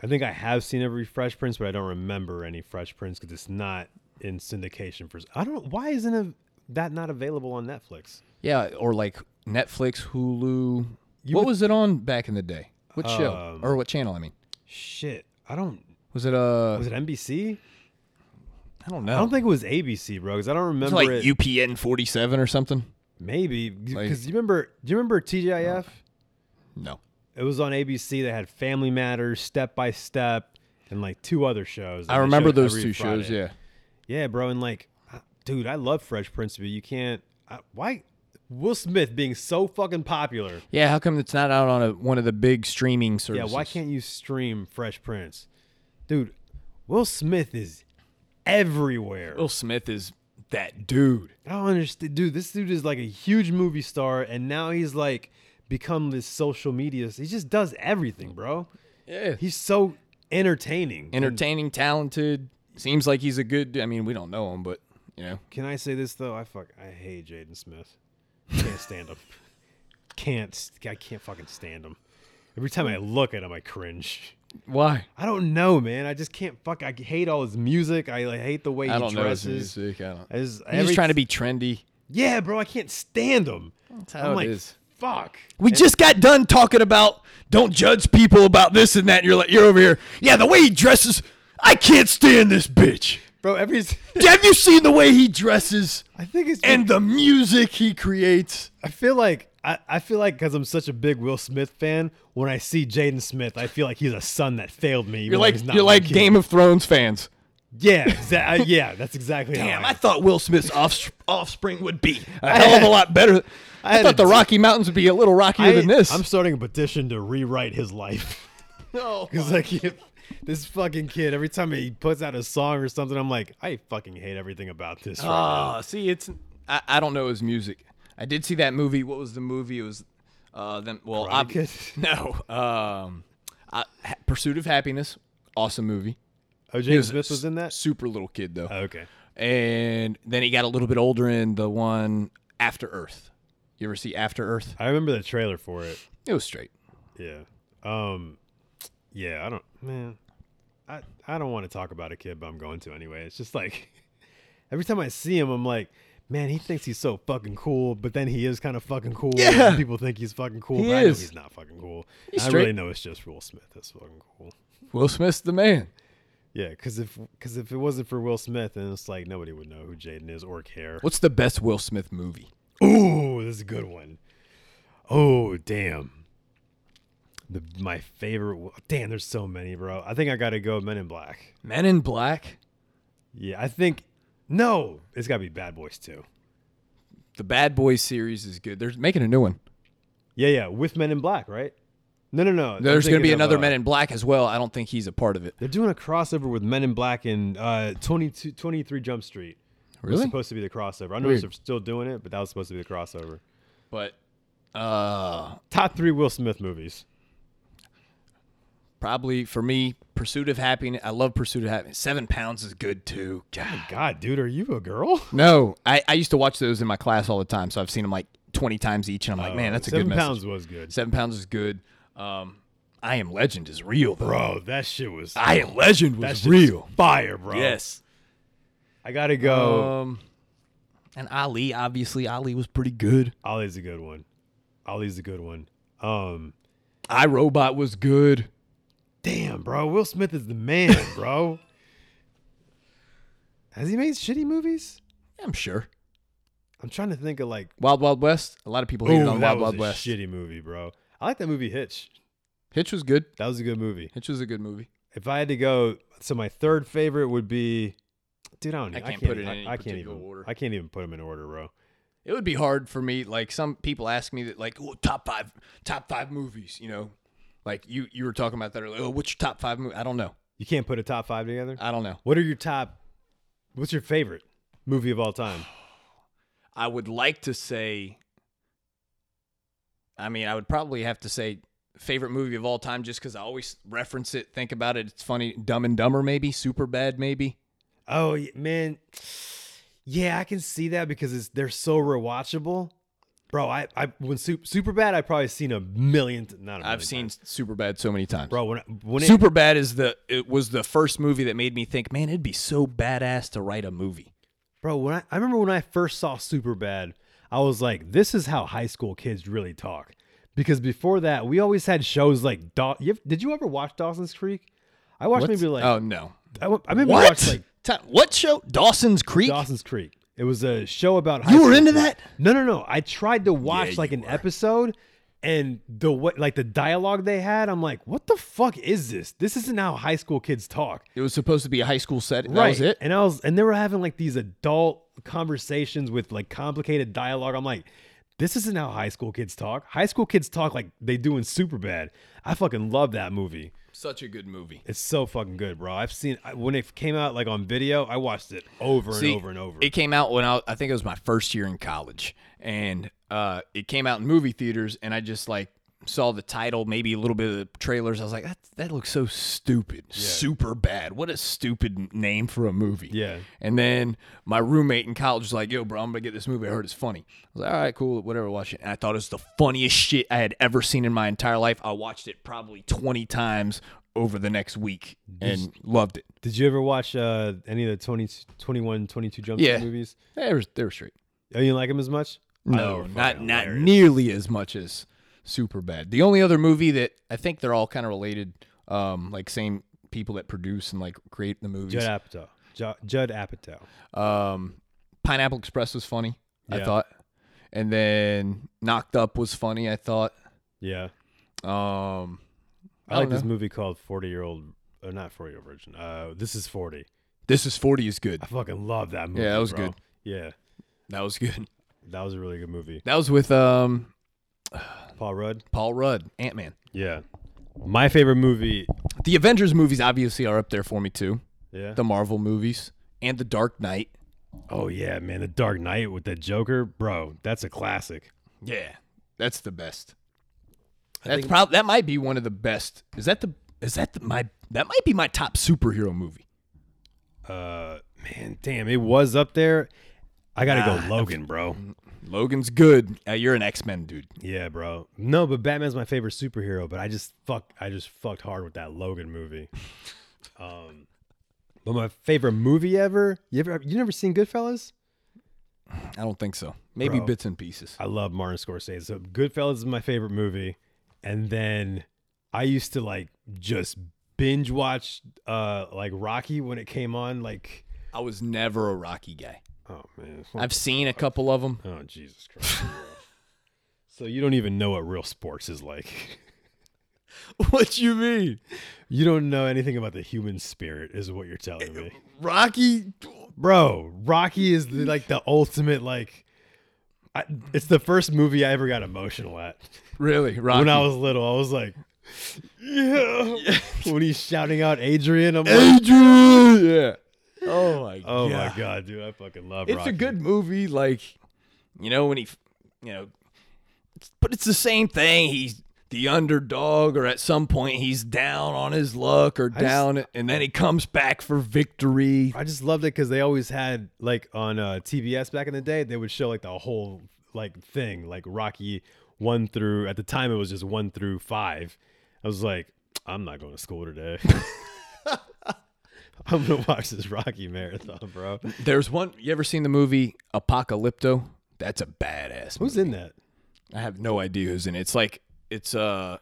Speaker 1: I think I have seen every Fresh Prince, but I don't remember any Fresh Prince because it's not in syndication for. I don't. Why isn't it, that not available on Netflix?
Speaker 2: Yeah, or like Netflix, Hulu. what was it on back in the day? What
Speaker 1: Um,
Speaker 2: show or what channel? I mean,
Speaker 1: Shit, I don't.
Speaker 2: was it uh?
Speaker 1: Was it NBC?
Speaker 2: I don't know.
Speaker 1: I don't think it was ABC, bro. Because I don't
Speaker 2: it's
Speaker 1: remember it.
Speaker 2: like UPN forty seven or something.
Speaker 1: Maybe because
Speaker 2: Like-
Speaker 1: you remember. Do you remember TGIF?
Speaker 2: No.
Speaker 1: It was on ABC. They had Family Matters, Step by Step, and like two other shows. that
Speaker 2: I
Speaker 1: they
Speaker 2: remember
Speaker 1: showed
Speaker 2: those
Speaker 1: every
Speaker 2: two shows.
Speaker 1: Friday.
Speaker 2: Yeah.
Speaker 1: yeah, bro. And like, I- dude, I love Fresh Prince, but you can't. I, why Will Smith being so fucking popular?
Speaker 2: Yeah. How come it's not out on a, one of the big streaming
Speaker 1: Yeah,
Speaker 2: services?
Speaker 1: why can't you stream Fresh Prince, dude? Will Smith is everywhere.
Speaker 2: Will Smith is that dude?
Speaker 1: I don't understand, dude. This dude is like a huge movie star, and now he's like become this social media. He just does everything, bro.
Speaker 2: Yeah.
Speaker 1: He's so entertaining. And
Speaker 2: entertaining, talented. Seems like he's a good. I mean, we don't know him, but you know,
Speaker 1: Can I say this though? I fuck. I hate Jaden Smith. Can't stand him. (laughs) can't. st- I can't fucking stand him. Every time I look at him, I cringe.
Speaker 2: why?
Speaker 1: I don't know, man. I just can't fuck. I hate all his music. I like, hate the way
Speaker 2: I
Speaker 1: he
Speaker 2: don't know his
Speaker 1: dresses.
Speaker 2: music. I don't.
Speaker 1: I just-
Speaker 2: He's
Speaker 1: every-
Speaker 2: just trying to be trendy.
Speaker 1: Yeah, bro. I can't stand him. That's
Speaker 2: how
Speaker 1: I'm
Speaker 2: it
Speaker 1: like,
Speaker 2: is.
Speaker 1: Fuck.
Speaker 2: We just got done talking about don't judge people about this and that. And you're like, you're over here. Yeah, the way he dresses, I can't stand this bitch.
Speaker 1: Bro, every.
Speaker 2: Have you seen the way he dresses
Speaker 1: (laughs) I think it's.
Speaker 2: and the music he creates?
Speaker 1: I feel like I, I feel like because I'm such a big Will Smith fan, when I see Jaden Smith, I feel like he's a son that failed me. even
Speaker 2: You're
Speaker 1: though
Speaker 2: like
Speaker 1: he's not
Speaker 2: you're
Speaker 1: my
Speaker 2: like
Speaker 1: kid.
Speaker 2: Game of Thrones fans.
Speaker 1: Yeah, exa- (laughs) I- yeah, that's exactly. how
Speaker 2: Damn,
Speaker 1: I
Speaker 2: I
Speaker 1: am.
Speaker 2: thought Will Smith's off, offspring would be a hell of a lot better. I,
Speaker 1: had
Speaker 2: thought
Speaker 1: a
Speaker 2: the Rocky Mountains would be a little rockier than this.
Speaker 1: I'm starting a petition to rewrite his life
Speaker 2: no.
Speaker 1: because like if- this fucking kid, every time he puts out a song or something, I'm like, I fucking hate everything about this. right now.
Speaker 2: Oh, see, it's I, I don't know his music. I did see that movie. What was the movie? It was uh them well
Speaker 1: Karate (laughs)
Speaker 2: ob-
Speaker 1: Kid?
Speaker 2: (laughs) no um I, Ha- Pursuit of Happiness, awesome movie.
Speaker 1: Oh, James Smith was in that. Uh.
Speaker 2: Super little kid though,
Speaker 1: Okay,
Speaker 2: and then he got a little bit older in the one After Earth. You ever see After Earth?
Speaker 1: I remember the trailer for it.
Speaker 2: It was straight.
Speaker 1: Yeah. Um. Yeah, I don't. Man, I I don't want to talk about a kid, but I'm going to anyway. It's just like (laughs) every time I see him, I'm like. Man, he thinks he's so fucking cool, but then he is kind of fucking cool. and
Speaker 2: Yeah.
Speaker 1: people think he's fucking cool,
Speaker 2: He
Speaker 1: but I know
Speaker 2: is.
Speaker 1: he's not fucking cool.
Speaker 2: He's
Speaker 1: I really
Speaker 2: straight.
Speaker 1: know it's just Will Smith that's fucking cool.
Speaker 2: Will Smith's the man.
Speaker 1: Yeah, because if because if it wasn't for Will Smith, then it's like nobody would know who Jaden is or care.
Speaker 2: What's the best Will Smith movie?
Speaker 1: Ooh, this is a good one. Oh, damn. The, my favorite. one- Damn, there's so many, bro. I think I gotta go Men in Black.
Speaker 2: Men in Black,
Speaker 1: Yeah, I think. No, it's gotta be Bad Boys too.
Speaker 2: the Bad Boys series is good. They're making a new one.
Speaker 1: Yeah, yeah, with Men in Black, right? No, no, no. I'm
Speaker 2: There's going to be
Speaker 1: thinking of,
Speaker 2: another
Speaker 1: uh,
Speaker 2: Men in Black as well. I don't think he's a part of it.
Speaker 1: They're doing a crossover with Men in Black and uh, 22, 23 Jump Street. It was
Speaker 2: Really?
Speaker 1: supposed to be the crossover. I know
Speaker 2: Weird.
Speaker 1: they're still doing it, but that was supposed to be the crossover.
Speaker 2: But uh
Speaker 1: Top three Will Smith movies.
Speaker 2: probably for me, Pursuit of Happiness. I love Pursuit of Happiness. Seven Pounds is good too. God.
Speaker 1: God, dude, are you a girl?
Speaker 2: No, I, I used to watch those in my class all the time, so I've seen them like 20 times each, and I'm like, man, that's a
Speaker 1: Oh, Seven
Speaker 2: good message.
Speaker 1: pounds was good.
Speaker 2: Seven Pounds is good. Um, I Am Legend is real, though.
Speaker 1: Bro, that shit was
Speaker 2: I Am Legend
Speaker 1: that
Speaker 2: Ah, was
Speaker 1: shit was
Speaker 2: real.
Speaker 1: fire, bro.
Speaker 2: Yes.
Speaker 1: I gotta go.
Speaker 2: Um, and Ali, obviously, Ali was pretty good.
Speaker 1: Ollie's a good one. Ollie's a good one. Um,
Speaker 2: I Robot was good.
Speaker 1: damn, bro, Will Smith is the
Speaker 2: (laughs)
Speaker 1: man, bro. Has he made shitty movies?
Speaker 2: I'm sure.
Speaker 1: I'm trying to think of like
Speaker 2: Wild Wild West. A lot of people hated
Speaker 1: Ooh,
Speaker 2: on
Speaker 1: that
Speaker 2: Wild
Speaker 1: was
Speaker 2: Wild
Speaker 1: a
Speaker 2: West.
Speaker 1: shitty movie, bro. I like that movie Hitch.
Speaker 2: Hitch was good.
Speaker 1: That was a good movie.
Speaker 2: Hitch was a good movie.
Speaker 1: If I had to go, so my third favorite would be, dude, I don't.
Speaker 2: I
Speaker 1: even-
Speaker 2: can't put it in any
Speaker 1: I, I can't even.
Speaker 2: particular order.
Speaker 1: I can't even put them in order, bro.
Speaker 2: It would be hard for me. Like some people ask me that, like, oh, top five, top five movies. You know, like you you were talking about that earlier. Oh, what's your top five movie? I don't know.
Speaker 1: You can't put a top five together.
Speaker 2: I don't know.
Speaker 1: What are your top? What's your favorite movie of all time?
Speaker 2: I would like to say. I mean, I would probably have to say favorite movie of all time, just because I always reference it, think about it. It's funny. Dumb and Dumber, maybe. Super Bad, maybe.
Speaker 1: (sighs) Oh y- man, yeah, I can see that because it's they're so rewatchable, bro. I, I when Super Bad, I've probably seen a million. t- Not a million
Speaker 2: I've seen
Speaker 1: times.
Speaker 2: Super Bad so many times.
Speaker 1: bro. When I- when it,
Speaker 2: Super Bad is the it was the first movie that made me think, man, it'd be so badass to write a movie.
Speaker 1: Bro, when I, I remember when I first saw Superbad, I was like, this is how high school kids really talk. Because before that, we always had shows like Daw- you have- Did you ever watch Dawson's Creek? I watched maybe like
Speaker 2: oh no,
Speaker 1: I, wa- I remember I
Speaker 2: what?
Speaker 1: watched like
Speaker 2: Ta- what show? Dawson's Creek.
Speaker 1: Dawson's Creek. It was a show about high
Speaker 2: You were
Speaker 1: school
Speaker 2: into
Speaker 1: kids.
Speaker 2: that?
Speaker 1: No, no, no. I tried to watch
Speaker 2: Yeah,
Speaker 1: like
Speaker 2: you
Speaker 1: an
Speaker 2: were.
Speaker 1: episode and the what like the dialogue they had, I'm like, what the fuck is this? This isn't how high school kids talk.
Speaker 2: It was supposed to be a high school set. That was it.
Speaker 1: And I was, and they were having like these adult conversations with like complicated dialogue. I'm like, this isn't how high school kids talk. High school kids talk like they do in Super Bad. I fucking love that movie.
Speaker 2: Such a good movie.
Speaker 1: It's so fucking good, bro. I've seen I- when it came out like on video. I watched it over and
Speaker 2: See,
Speaker 1: over and over.
Speaker 2: It came out when I, I think it was my first year in college, and uh, it came out in movie theaters, and I just like saw the title, maybe a little bit of the trailers. I was like, that that looks so stupid, super bad. What a stupid name for a movie.
Speaker 1: Yeah.
Speaker 2: And then my roommate in college was like, "Yo, bro, I'm gonna get this movie. I heard it's funny." I was like, "All right, cool, whatever. Watch it." And I thought it was the funniest shit I had ever seen in my entire life. I watched it probably 20 times over the next week and loved it.
Speaker 1: Did you ever watch uh, any of the 20, 21, 22 Jump Street
Speaker 2: Yeah.
Speaker 1: movies?
Speaker 2: They were they were straight.
Speaker 1: Oh, you didn't like them as much? I thought they
Speaker 2: No,
Speaker 1: were
Speaker 2: not
Speaker 1: Oh, fucking
Speaker 2: not
Speaker 1: hilarious.
Speaker 2: nearly as much as Superbad. The only other movie that I think they're all kind of related, um, like same people that produce and like create the movies.
Speaker 1: Judd Apatow. Ju- Judd Apatow.
Speaker 2: Um, Pineapple Express was funny, I
Speaker 1: Yeah.
Speaker 2: thought, and then Knocked Up was funny, I thought.
Speaker 1: Yeah.
Speaker 2: Um,
Speaker 1: I,
Speaker 2: I
Speaker 1: like
Speaker 2: don't
Speaker 1: this
Speaker 2: know.
Speaker 1: movie called 40 Year Old, uh, not 40 Year Old Virgin. Uh, this is 40.
Speaker 2: This is Forty is good.
Speaker 1: I fucking love that movie.
Speaker 2: Yeah, that was
Speaker 1: bro.
Speaker 2: good.
Speaker 1: Yeah,
Speaker 2: That was good. (laughs)
Speaker 1: that was a really good movie.
Speaker 2: That was with um
Speaker 1: Paul Rudd.
Speaker 2: Paul Rudd, Ant Man.
Speaker 1: Yeah. My favorite movie.
Speaker 2: The Avengers movies obviously are up there for me too.
Speaker 1: Yeah.
Speaker 2: The Marvel movies and The Dark Knight.
Speaker 1: oh, yeah, man. The Dark Knight with the Joker. Bro, that's a classic.
Speaker 2: Yeah, that's the best. That's prob- that might be one of the best. Is that the is that the, my that might be my top superhero movie.
Speaker 1: Uh, Man, damn, it was up there. I got to
Speaker 2: Ah,
Speaker 1: go Logan, bro.
Speaker 2: Logan's good. Uh, you're an X Men dude.
Speaker 1: Yeah, bro. No, but Batman's my favorite superhero, but I just fuck I just fucked hard with that Logan movie. um but my favorite movie ever? You ever you never seen Goodfellas?
Speaker 2: I don't think so. Maybe
Speaker 1: Bro.
Speaker 2: bits and pieces.
Speaker 1: I love Martin Scorsese. So Goodfellas is my favorite movie. And then I used to like just binge watch uh like Rocky when it came on like
Speaker 2: I was never a Rocky guy.
Speaker 1: oh man.
Speaker 2: I've seen a couple of them.
Speaker 1: oh Jesus Christ. bro. so you don't even know what real sports is like.
Speaker 2: (laughs)
Speaker 1: (laughs)
Speaker 2: what you mean,
Speaker 1: You don't know anything about the human spirit is what you're telling me.
Speaker 2: Rocky?
Speaker 1: bro rocky is the, like the ultimate like I, it's the first movie i ever got emotional at
Speaker 2: Really, Rocky?
Speaker 1: when i was little i was like
Speaker 2: (laughs)
Speaker 1: yeah when he's shouting out adrian i'm like
Speaker 2: Adrian. Yeah. Oh my.
Speaker 1: oh
Speaker 2: god.
Speaker 1: my god dude i fucking love
Speaker 2: it's
Speaker 1: rocky
Speaker 2: a good movie like you know when he f- you know it's, but it's the same thing he's the underdog or at some point he's down on his luck or down and then he comes back for victory
Speaker 1: i just loved it because they always had like on uh tbs back in the day they would show like the whole like thing like rocky one through at the time it was just one through five I was like, I'm not going to school today. (laughs) I'm gonna watch this Rocky marathon, bro.
Speaker 2: There's one. You ever seen the movie Apocalypto? That's a badass.
Speaker 1: Who's in that?
Speaker 2: I have no idea who's in it. It's like it's uh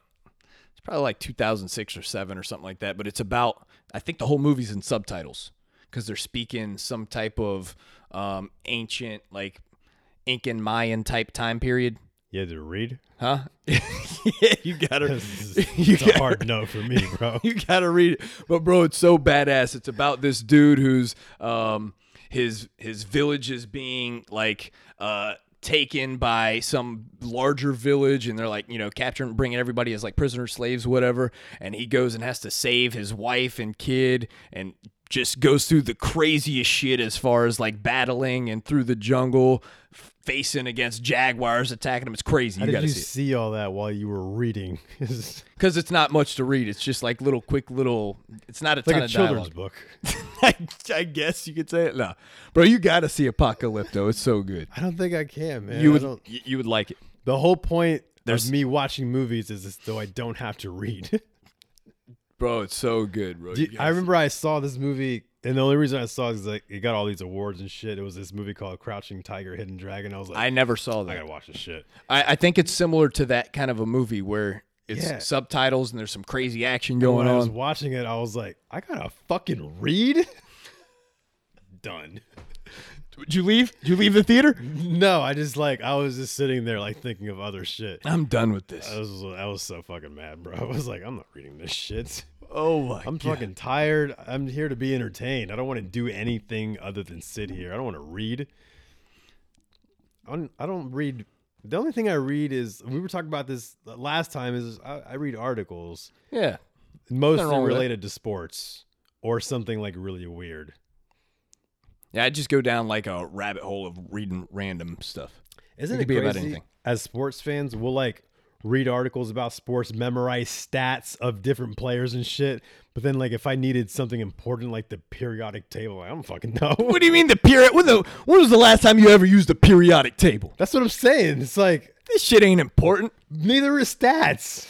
Speaker 2: it's probably like 2006 or 7 or something like that, but it's about I think the whole movie's in subtitles cuz they're speaking some type of um ancient like Incan Mayan type time period,
Speaker 1: You had to read. (laughs)
Speaker 2: huh? (laughs) you got to
Speaker 1: This is- (laughs)
Speaker 2: You
Speaker 1: It's a
Speaker 2: got-
Speaker 1: hard no for me, (laughs) bro.
Speaker 2: (laughs) you got to read it. But bro, it's so badass. It's about this dude who's um his his village is being like uh taken by some larger village and they're like, you know, capturing bringing everybody as like prisoner slaves whatever and he goes and has to save his wife and kid and just goes through the craziest shit as far as like battling and through the jungle facing against jaguars attacking him. It's crazy.
Speaker 1: How
Speaker 2: you got
Speaker 1: did you
Speaker 2: to see it
Speaker 1: see all that while you were reading? (laughs) It's
Speaker 2: because it's not much to read. It's just like little, quick, little. It's not a
Speaker 1: like
Speaker 2: ton
Speaker 1: a
Speaker 2: of
Speaker 1: children's
Speaker 2: dialogue.
Speaker 1: book.
Speaker 2: (laughs) I, I guess you could say it. No, bro, you gotta see Apocalypto. It's so good.
Speaker 1: I don't think I can, man.
Speaker 2: You
Speaker 1: I
Speaker 2: would,
Speaker 1: don't-
Speaker 2: y- you would like it,
Speaker 1: the whole point
Speaker 2: There's-
Speaker 1: of me watching movies is as though I don't have to read. (laughs)
Speaker 2: bro. It's so good, bro.
Speaker 1: Do
Speaker 2: You
Speaker 1: you-
Speaker 2: gotta
Speaker 1: I remember I saw this movie, and the only reason I saw it is like it got all these awards and shit. It was this movie called Crouching Tiger, Hidden Dragon. I was
Speaker 2: see-
Speaker 1: like, I,
Speaker 2: I never saw that.
Speaker 1: gotta watch this shit.
Speaker 2: I, I think it's similar to that kind of a movie where it's
Speaker 1: Yeah.
Speaker 2: subtitles and there's some crazy action
Speaker 1: When
Speaker 2: going
Speaker 1: I was
Speaker 2: on.
Speaker 1: watching it, I was like, I gotta fucking read. (laughs) Done. (laughs)
Speaker 2: Did you leave? Did you leave the theater?
Speaker 1: No, I just like I was just sitting there like thinking of other shit.
Speaker 2: I'm done with this.
Speaker 1: I was I was so fucking mad, bro. (laughs) I was like, I'm not reading this shit. (laughs)
Speaker 2: oh my!
Speaker 1: I'm fucking tired. I'm here to be entertained. I don't want to do anything other than sit here. I don't want to read. I don't, I don't read. The only thing I read is we were talking about this last time. Is I, I read articles
Speaker 2: yeah.
Speaker 1: mostly
Speaker 2: wrong with that.
Speaker 1: related to sports or something like really weird.
Speaker 2: Yeah, I just go down like a rabbit hole of reading random stuff.
Speaker 1: Isn't
Speaker 2: could
Speaker 1: it
Speaker 2: be
Speaker 1: crazy?
Speaker 2: about anything.
Speaker 1: As sports fans, we'll like read articles about sports, memorize stats of different players and shit. But then, like, if I needed something important, like the periodic table, I don't fucking (laughs) know.
Speaker 2: What do you mean the period? When the when was the last time you ever used the periodic table?
Speaker 1: That's what I'm saying. It's like
Speaker 2: This shit ain't important.
Speaker 1: neither is stats.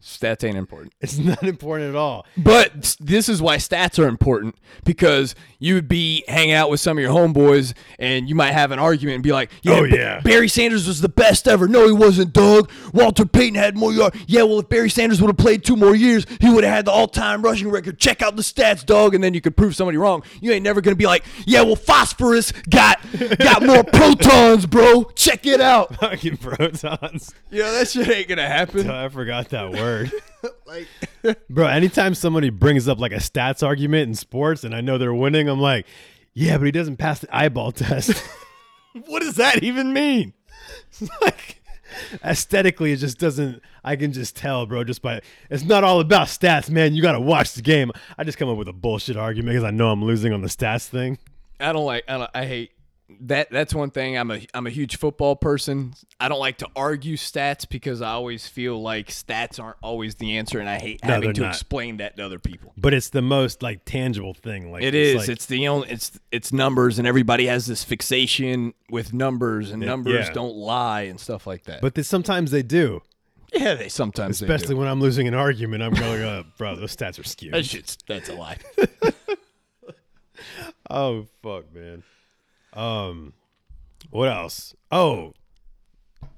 Speaker 2: Stats ain't important.
Speaker 1: It's not important at all.
Speaker 2: But s- this is why stats are important because you'd be hanging out with some of your homeboys and you might have an argument and be like,
Speaker 1: Oh,
Speaker 2: Ba-
Speaker 1: yeah.
Speaker 2: Barry Sanders was the best ever. No, he wasn't, Doug. Walter Payton had more yards. Yeah, well, if Barry Sanders would have played two more years, he would have had the all time rushing record. Check out the stats, Doug. And then you could prove somebody wrong. You ain't never going to be like, yeah, well, phosphorus got, got
Speaker 1: (laughs)
Speaker 2: more protons, bro. Check it
Speaker 1: (laughs)
Speaker 2: out.
Speaker 1: Fucking protons. (laughs) Oh,
Speaker 2: Yeah, that shit ain't going to happen.
Speaker 1: I forgot that (laughs) word.
Speaker 2: Like,
Speaker 1: Bro, anytime somebody brings up like a stats argument in sports and I know they're winning, I'm like, yeah, but he doesn't pass the eyeball (laughs) test.
Speaker 2: what does that even mean?
Speaker 1: (laughs) like aesthetically it just doesn't I can just tell, bro, just by it's not all about stats, man. You gotta watch the game. I just come up with a bullshit argument because I know I'm losing on the stats thing.
Speaker 2: I don't like. I, don't, I hate that. That's one thing. I'm a I'm a huge football person. I don't like to argue stats because I always feel like stats aren't always the answer, and I hate having
Speaker 1: they're
Speaker 2: to
Speaker 1: not.
Speaker 2: explain that to other people.
Speaker 1: But it's the most like tangible thing. Like
Speaker 2: It is.
Speaker 1: like-
Speaker 2: it's the only. It's it's numbers, and everybody has this fixation with numbers, and numbers
Speaker 1: yeah.
Speaker 2: don't lie and stuff like that.
Speaker 1: but th- sometimes they do.
Speaker 2: yeah, they sometimes they do.
Speaker 1: Especially when I'm losing an argument, I'm going, uh, (laughs) bro, those stats are
Speaker 2: That
Speaker 1: skewed.
Speaker 2: shit's, that's a lie. (laughs)
Speaker 1: Oh fuck, man. Um, what else? Oh,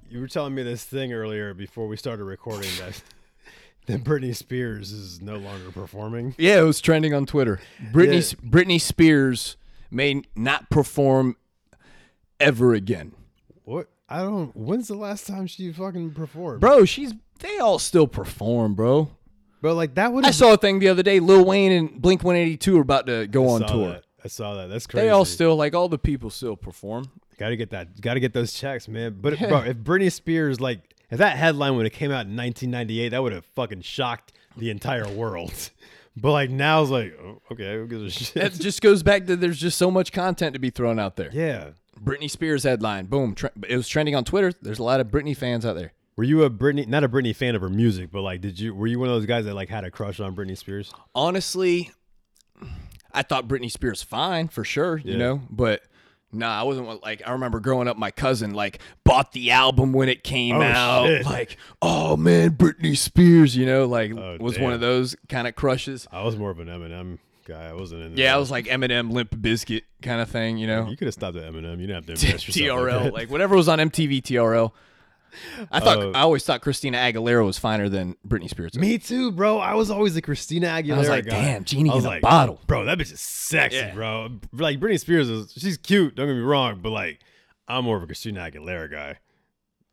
Speaker 1: you were telling me this thing earlier before we started recording that (laughs) that Britney Spears is no longer performing.
Speaker 2: Yeah, it was trending on Twitter. Britney Britney Spears may not perform ever again.
Speaker 1: What? I don't. When's the last time she fucking performed,
Speaker 2: Bro, she's they all still perform, bro.
Speaker 1: Bro, like that would
Speaker 2: I saw a thing the other day. Lil Wayne and Blink 182 are about to go on tour.
Speaker 1: That. I saw that. That's crazy.
Speaker 2: They all still like all the people still perform.
Speaker 1: Got to get that. Got to get those checks, man.
Speaker 2: (laughs)
Speaker 1: But bro, if Britney Spears like if that headline would have came out in 1998, that would have fucking shocked the entire world. (laughs) But like now it's like oh, okay, who gives a
Speaker 2: That
Speaker 1: shit? (laughs)
Speaker 2: just goes back to there's just so much content to be thrown out there.
Speaker 1: Yeah.
Speaker 2: Britney Spears headline, boom, tre- it was trending on Twitter. There's a lot of Britney fans out there.
Speaker 1: Were you a Britney? Not a Britney fan of her music, but like, did you? Were you one of those guys that like had a crush on Britney Spears?
Speaker 2: Honestly, I thought Britney Spears fine for sure, you know, but Nah, I wasn't one- like I remember growing up. My cousin like bought the album when it came
Speaker 1: Oh,
Speaker 2: out.
Speaker 1: shit.
Speaker 2: Like, oh man, Britney Spears, you know, like
Speaker 1: Oh,
Speaker 2: was one of those kind of crushes.
Speaker 1: I was more of an Eminem guy. I wasn't in.
Speaker 2: Yeah, I was like Eminem, Limp Biscuit kind of thing, you know.
Speaker 1: You could have stopped at Eminem. You didn't have
Speaker 2: (laughs)
Speaker 1: to embarrass yourself.
Speaker 2: TRL,
Speaker 1: Like
Speaker 2: like,
Speaker 1: that. (laughs)
Speaker 2: whatever was on MTV TRL. I thought
Speaker 1: Uh,
Speaker 2: I always thought Christina Aguilera was finer than Britney Spears.
Speaker 1: Me too, bro. I was always a Christina Aguilera
Speaker 2: I was like,
Speaker 1: guy.
Speaker 2: damn, genie
Speaker 1: I was
Speaker 2: in
Speaker 1: like,
Speaker 2: a bottle.
Speaker 1: Bro, that bitch is sexy,
Speaker 2: Yeah.
Speaker 1: bro. Like Britney Spears is she's cute, don't get me wrong, but like I'm more of a Christina Aguilera guy.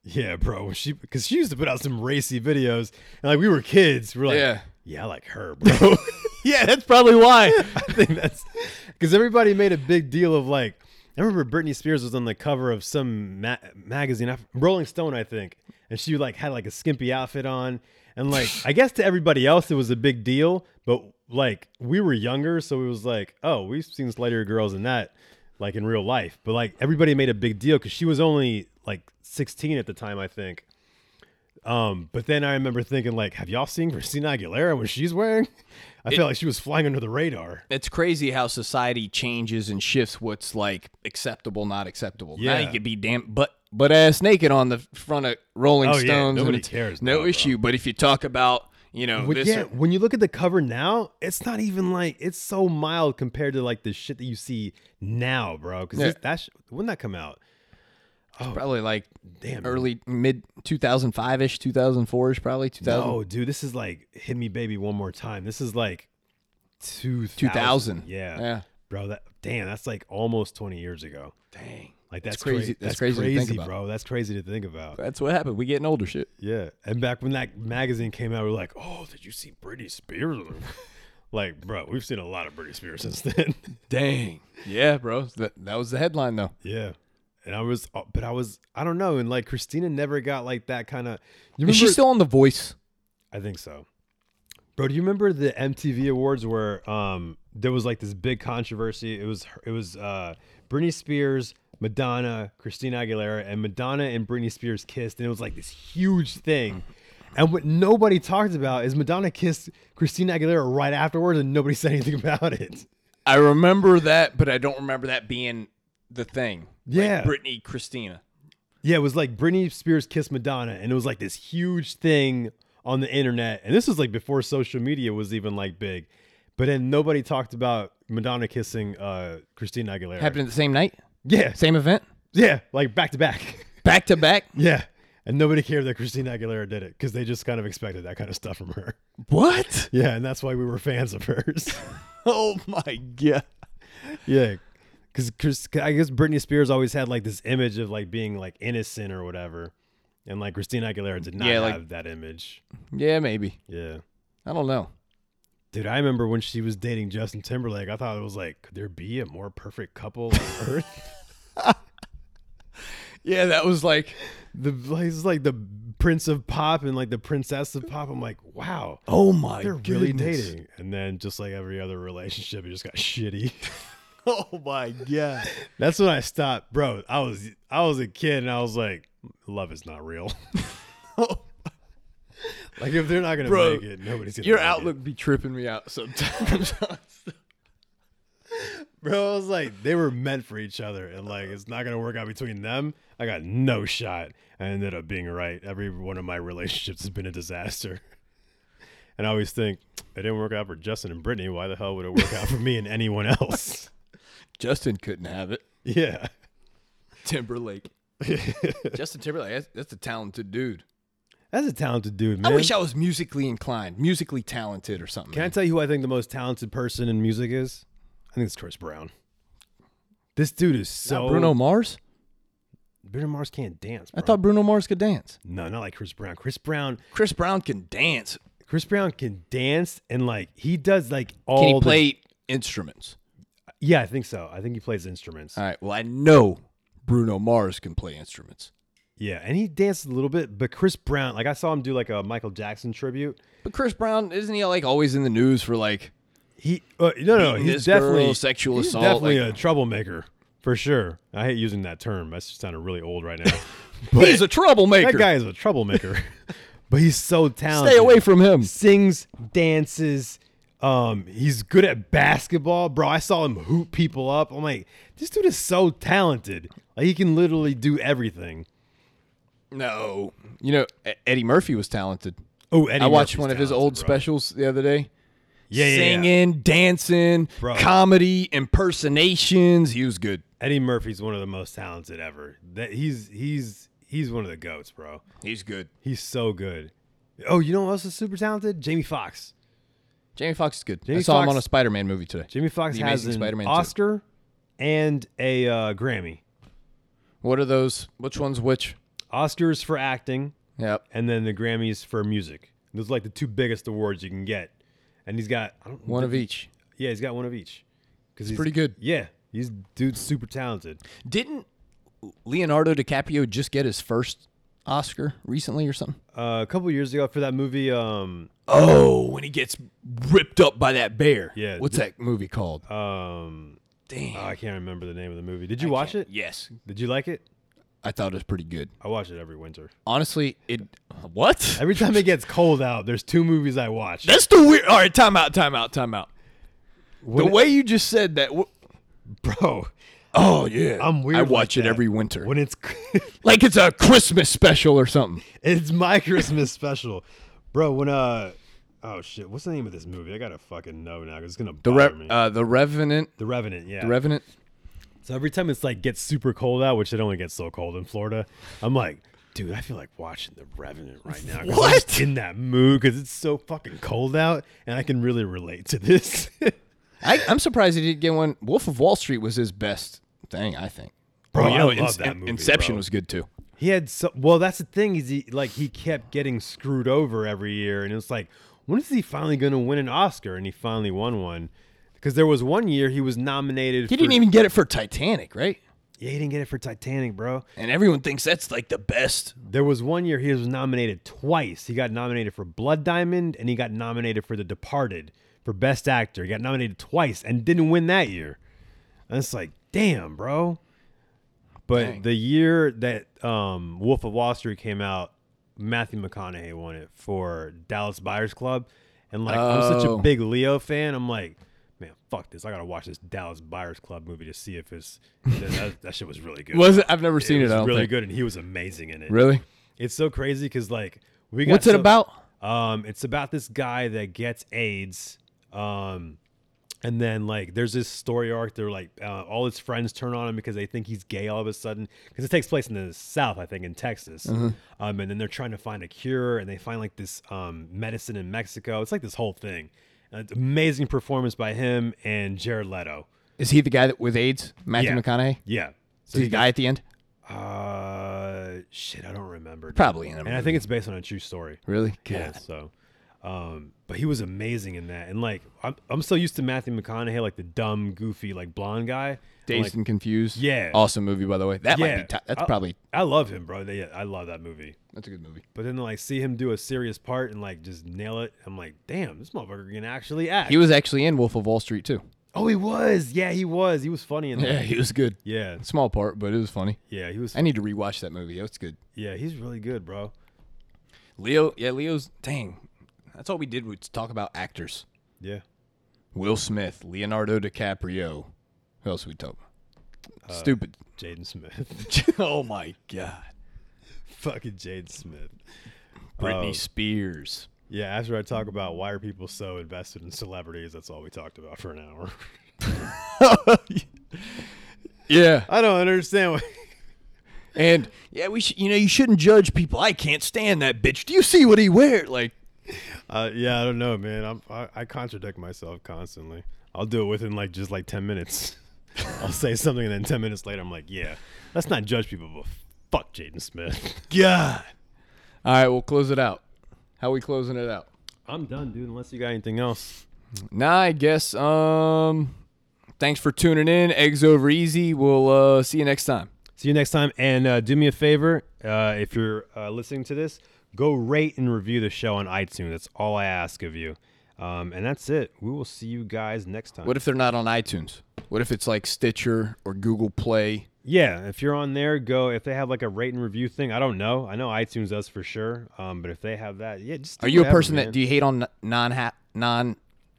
Speaker 1: Yeah, bro. When she because she used to put out some racy videos, and like we were kids, we are like, yeah,
Speaker 2: Yeah.
Speaker 1: I like her, bro. (laughs)
Speaker 2: Yeah, that's probably why.
Speaker 1: I think that's (laughs) because everybody made a big deal of like. I remember Britney Spears was on the cover of some ma- magazine, I- Rolling Stone, I think, and she like had like a skimpy outfit on, and like I guess to everybody else it was a big deal, but like we were younger, so it was like, oh, we've seen sluttier girls than that, like in real life, but like everybody made a big deal because she was only like 16 at the time, I think. Um, but then I remember thinking like, have y'all seen Christina Aguilera what she's wearing? (laughs) I felt like she was flying under the radar.
Speaker 2: it's crazy how society changes and shifts what's like acceptable, not acceptable. Now
Speaker 1: Yeah.
Speaker 2: you could be damn butt butt ass naked on the front of Rolling
Speaker 1: Oh, yeah,
Speaker 2: Stones. and
Speaker 1: nobody
Speaker 2: it's
Speaker 1: cares now,
Speaker 2: No
Speaker 1: bro.
Speaker 2: issue. But if you talk about, you know,
Speaker 1: But
Speaker 2: this
Speaker 1: yeah,
Speaker 2: or-
Speaker 1: when you look at the cover now, it's not even like it's so mild compared to like the shit that you see now, bro. Because
Speaker 2: Yeah.
Speaker 1: that sh- when that come out,
Speaker 2: probably like
Speaker 1: damn.
Speaker 2: early mid 2005 ish, 2004 ish, probably 2000.
Speaker 1: Oh, dude, this is like hit me, baby, one more time. This is like two
Speaker 2: 2000.
Speaker 1: Yeah,
Speaker 2: Yeah.
Speaker 1: bro. That damn, that's like almost twenty years ago.
Speaker 2: Dang.
Speaker 1: Like that's
Speaker 2: crazy-
Speaker 1: crazy.
Speaker 2: that's crazy to think about.
Speaker 1: bro. That's crazy to think about.
Speaker 2: That's what happened. We getting older shit.
Speaker 1: Yeah, and back when that magazine came out, we were like, "Oh, did you see Britney Spears?" (laughs) like, bro, we've seen a lot of Britney Spears since then. (laughs)
Speaker 2: Dang. Yeah, bro. That, that was the headline though.
Speaker 1: Yeah. And I was, uh, but I was, I don't know. And like Christina never got like that kind of. You remember?
Speaker 2: Is she still on The Voice?
Speaker 1: I think so. Bro, do you remember the MTV Awards where um there was like this big controversy? It was her- it was uh Britney Spears, Madonna, Christina Aguilera, and Madonna and Britney Spears kissed, and it was like this huge thing. And what nobody talked about is Madonna kissed Christina Aguilera right afterwards, and nobody said anything (laughs) about it.
Speaker 2: I remember that, but I don't remember that being the thing.
Speaker 1: Yeah.
Speaker 2: Like Brittany Christina.
Speaker 1: Yeah, it was like Britney Spears kissed Madonna, and it was like this huge thing on the internet. And this was like before social media was even like big. But then nobody talked about Madonna kissing uh, Christina Aguilera.
Speaker 2: Happened the same night?
Speaker 1: Yeah, (laughs)
Speaker 2: Same event?
Speaker 1: yeah, like back to back. (laughs)
Speaker 2: Back to back?
Speaker 1: yeah, and nobody cared that Christina Aguilera did it because they just kind of expected that kind of stuff from her.
Speaker 2: What?
Speaker 1: Yeah, and that's why we were fans of hers.
Speaker 2: (laughs)
Speaker 1: (laughs)
Speaker 2: Oh my god.
Speaker 1: yeah, because I guess Britney Spears always had like this image of like being like innocent or whatever, and like Christina Aguilera did not
Speaker 2: Yeah, like-
Speaker 1: have that image.
Speaker 2: Yeah, maybe.
Speaker 1: Yeah.
Speaker 2: I don't know.
Speaker 1: Dude, I remember when she was dating Justin Timberlake. I thought it was like, could there be a more perfect couple on
Speaker 2: (laughs)
Speaker 1: earth?
Speaker 2: Yeah, that was like
Speaker 1: the he's like the prince of pop and like the princess of pop. I'm like, wow,
Speaker 2: Oh my
Speaker 1: they're really dating. And then just like every other relationship, it just got (laughs) shitty.
Speaker 2: Oh my god.
Speaker 1: That's when I stopped, bro. I was I was a kid and I was like, love is not
Speaker 2: (laughs)
Speaker 1: real. (laughs) like if they're not gonna
Speaker 2: Bro,
Speaker 1: make it, nobody's gonna.
Speaker 2: Your
Speaker 1: make it.
Speaker 2: outlook be tripping me out sometimes. (laughs)
Speaker 1: bro. I was like, they were meant for each other, and like, it's not gonna work out between them. I got no shot. I ended up being right. Every one of my relationships has been a disaster. (laughs) And I always think it didn't work out for Justin and Brittany. Why the hell would it work out for me and anyone else? (laughs)
Speaker 2: Justin couldn't have it.
Speaker 1: Yeah, (laughs)
Speaker 2: Timberlake. Justin Timberlake, that's, that's a talented dude.
Speaker 1: that's a talented dude, man.
Speaker 2: I wish I was musically inclined, musically talented or something.
Speaker 1: Can I tell you who I think the most talented person in music is? I think it's Chris Brown. This dude is so
Speaker 2: Bruno Mars?
Speaker 1: Bruno Mars can't dance.
Speaker 2: I
Speaker 1: Bro.
Speaker 2: thought Bruno Mars could dance.
Speaker 1: no, not like Chris Brown. Chris Brown
Speaker 2: Chris Brown can dance.
Speaker 1: Chris Brown can dance and like he does like all
Speaker 2: Can he
Speaker 1: the-
Speaker 2: play instruments?
Speaker 1: yeah, I think so. I think he plays instruments.
Speaker 2: All right. Well, I know Bruno Mars can play instruments,
Speaker 1: yeah, and he dances a little bit, but Chris Brown, like I saw him do like a Michael Jackson tribute.
Speaker 2: but Chris Brown isn't he like always in the news for like?
Speaker 1: He uh, no no,
Speaker 2: Beating
Speaker 1: he's
Speaker 2: this
Speaker 1: definitely
Speaker 2: girl, sexual
Speaker 1: he's
Speaker 2: assault,
Speaker 1: Definitely
Speaker 2: like-
Speaker 1: a troublemaker for sure. I hate using that term. That's just sounded really old
Speaker 2: (laughs)
Speaker 1: right now.
Speaker 2: he's a troublemaker.
Speaker 1: that guy is a
Speaker 2: (laughs)
Speaker 1: troublemaker, but he's so talented.
Speaker 2: Stay away from him.
Speaker 1: Sings, dances, Um, he's good at basketball, bro. I saw him hoop people up. I'm like, this dude is so talented. Like he can literally do everything.
Speaker 2: No, you know E- Eddie Murphy was talented.
Speaker 1: Oh, Eddie
Speaker 2: I watched
Speaker 1: Murphy's
Speaker 2: one of his
Speaker 1: talented,
Speaker 2: old
Speaker 1: bro.
Speaker 2: specials the other day.
Speaker 1: Yeah, yeah, yeah.
Speaker 2: singing, dancing,
Speaker 1: Bro.
Speaker 2: comedy, impersonations. He was good.
Speaker 1: Eddie Murphy's one of the most talented ever. That he's he's he's one of the goats, bro.
Speaker 2: He's good.
Speaker 1: He's so good. Oh, you know who else is super talented? Jamie Foxx.
Speaker 2: Jamie Foxx is good. I
Speaker 1: Jamie
Speaker 2: saw him
Speaker 1: Foxx-
Speaker 2: on a Spider-Man movie today.
Speaker 1: Jamie Foxx
Speaker 2: The
Speaker 1: has an
Speaker 2: Amazing Spider-Man two.
Speaker 1: Oscar and a uh, Grammy.
Speaker 2: What are those? Which one's which?
Speaker 1: Oscars for acting,
Speaker 2: Yep.
Speaker 1: and then the Grammys for music. Those are like the two biggest awards you can get. And he's got I don't,
Speaker 2: One of each.
Speaker 1: yeah, he's got one of each. Because he's
Speaker 2: pretty good.
Speaker 1: Yeah, he's dude's super talented.
Speaker 2: Didn't Leonardo DiCaprio just get his first Oscar recently or something?
Speaker 1: Uh, a couple years ago for that movie, um,
Speaker 2: Oh, when he gets ripped up by that bear.
Speaker 1: Yeah,
Speaker 2: What's that movie called?
Speaker 1: um,
Speaker 2: Damn.
Speaker 1: oh, I can't remember the name of the movie. Did you watch it?
Speaker 2: Yes.
Speaker 1: Did you like it?
Speaker 2: I thought it was pretty good.
Speaker 1: I watch it every winter.
Speaker 2: Honestly, it. What?
Speaker 1: Every time it gets cold out, there's two movies I watch.
Speaker 2: That's the weird. All right, time out, time out, time out.
Speaker 1: When
Speaker 2: the
Speaker 1: it-
Speaker 2: way you just said that. wh-
Speaker 1: (laughs) bro,
Speaker 2: oh yeah,
Speaker 1: I'm weird
Speaker 2: I
Speaker 1: like
Speaker 2: watch it
Speaker 1: that.
Speaker 2: every winter,
Speaker 1: when it's
Speaker 2: like it's a Christmas special or something.
Speaker 1: (laughs) It's my Christmas special, bro. When uh, oh shit, what's the name of this movie? I gotta fucking know now. 'cause It's gonna
Speaker 2: The
Speaker 1: bother
Speaker 2: Re-
Speaker 1: me.
Speaker 2: uh, the Revenant,
Speaker 1: the Revenant, yeah.
Speaker 2: the Revenant.
Speaker 1: so every time it's like gets super cold out, which it only gets so cold in Florida, I'm like, dude, I feel like watching The Revenant right now. 'cause I'm just
Speaker 2: What?
Speaker 1: in that mood because it's so fucking cold out, and I can really relate to this. (laughs)
Speaker 2: I, I'm surprised he didn't get one. Wolf of Wall Street was his best thing, I think.
Speaker 1: Bro,
Speaker 2: Oh,
Speaker 1: I
Speaker 2: you know,
Speaker 1: love
Speaker 2: Ince-
Speaker 1: that movie,
Speaker 2: Inception
Speaker 1: bro.
Speaker 2: was good too.
Speaker 1: he had so well. That's the thing is he like he kept getting screwed over every year, and it's like, when is he finally gonna win an Oscar? And he finally won one. Because there was one year he was nominated.
Speaker 2: He
Speaker 1: for,
Speaker 2: didn't even get it for Titanic, right?
Speaker 1: Yeah, he didn't get it for Titanic, bro.
Speaker 2: And everyone thinks that's like the best.
Speaker 1: There was one year he was nominated twice. He got nominated for Blood Diamond and he got nominated for The Departed for Best Actor. He got nominated twice and didn't win that year. And it's like, damn, bro. But
Speaker 2: Dang.
Speaker 1: the year that um, Wolf of Wall Street came out, Matthew McConaughey won it for Dallas Buyers Club. And like, I'm such a
Speaker 2: Oh.
Speaker 1: big Leo fan. I'm like, man, fuck this. I gotta watch this Dallas Buyers Club movie to see if it's that, that, that shit was really good.
Speaker 2: Was it? I've never seen
Speaker 1: it
Speaker 2: it.
Speaker 1: was
Speaker 2: I don't
Speaker 1: really
Speaker 2: think.
Speaker 1: good, and he was amazing in it.
Speaker 2: Really?
Speaker 1: It's so crazy because like we got
Speaker 2: What's it
Speaker 1: some-
Speaker 2: about?
Speaker 1: Um, it's about this guy that gets AIDS. Um, and then like there's this story arc. They're like uh, all his friends turn on him because they think he's gay all of a sudden because it takes place in the South, I think, in Texas.
Speaker 2: Uh-huh.
Speaker 1: Um, and then they're trying to find a cure, and they find like this um, medicine in Mexico. It's like this whole thing. Uh, it's amazing performance by him and Jared Leto.
Speaker 2: Is he the guy that with AIDS? Matthew
Speaker 1: Yeah.
Speaker 2: McConaughey.
Speaker 1: Yeah. So
Speaker 2: Is he the
Speaker 1: he
Speaker 2: guy at the end?
Speaker 1: got- uh, shit, I don't remember. dude.
Speaker 2: Probably in a
Speaker 1: And I
Speaker 2: movie.
Speaker 1: think it's based on a true story.
Speaker 2: Really?
Speaker 1: Yeah. So, um, but he was amazing in that, and like I'm, I'm so used to Matthew McConaughey, like the dumb, goofy, like blonde guy. I'm
Speaker 2: Dazed
Speaker 1: like,
Speaker 2: and Confused.
Speaker 1: Yeah.
Speaker 2: Awesome movie, by the way. That might
Speaker 1: yeah, Oh.
Speaker 2: be. T- that's
Speaker 1: I-
Speaker 2: probably.
Speaker 1: I love him, bro. They, I love that movie.
Speaker 2: That's a good movie.
Speaker 1: But then to, like see him do a serious part and like just nail it, I'm like, damn, this motherfucker can actually act.
Speaker 2: He was actually in Wolf of Wall Street too. (laughs)
Speaker 1: oh, he was. Yeah, he was. He was funny in that.
Speaker 2: he was good.
Speaker 1: Yeah,
Speaker 2: Small part, but it was funny.
Speaker 1: yeah, he was.
Speaker 2: I need to rewatch that movie. It's good.
Speaker 1: Yeah, he's really good, bro.
Speaker 2: Leo, yeah, Leo's. Dang, that's all we did was talk about actors.
Speaker 1: Yeah,
Speaker 2: Will Smith, Leonardo DiCaprio. Who else we talk?
Speaker 1: Uh,
Speaker 2: about? Stupid.
Speaker 1: Jaden Smith, (laughs)
Speaker 2: (laughs) oh my God.
Speaker 1: fucking Jaden Smith.
Speaker 2: Britney
Speaker 1: Oh.
Speaker 2: Spears.
Speaker 1: Yeah, after I talk about why are people so invested in celebrities, that's all we talked about for an hour. (laughs)
Speaker 2: yeah,
Speaker 1: I don't understand why.
Speaker 2: and yeah, we. Sh- you know, you shouldn't judge people. I can't stand that bitch. Do you see what he wear? Like,
Speaker 1: Uh, yeah, I don't know, man. I'm, I, I contradict myself constantly. I'll do it within like just like ten minutes. (laughs) I'll say something, and then ten minutes later, I'm like, yeah, let's not judge people, but fuck Jaden Smith. (laughs)
Speaker 2: God. All right, we'll close it out. How we closing it out?
Speaker 1: I'm done, dude. Unless you got anything else.
Speaker 2: Nah, I guess. Um, thanks for tuning in. Eggs over easy. We'll uh, see you next time.
Speaker 1: See you next time, and uh, do me a favor uh, if you're uh, listening to this, go rate and review the show on iTunes. That's all I ask of you. Um, and that's it. We will see you guys next time.
Speaker 2: What if they're not on iTunes? What if it's like Stitcher or Google Play?
Speaker 1: Yeah, if you're on there, go. If they have like a rate and review thing, I don't know. I know iTunes does for sure. Um, but if they have that, yeah, just do
Speaker 2: Are you a
Speaker 1: whatever,
Speaker 2: person
Speaker 1: man.
Speaker 2: that do you hate on non non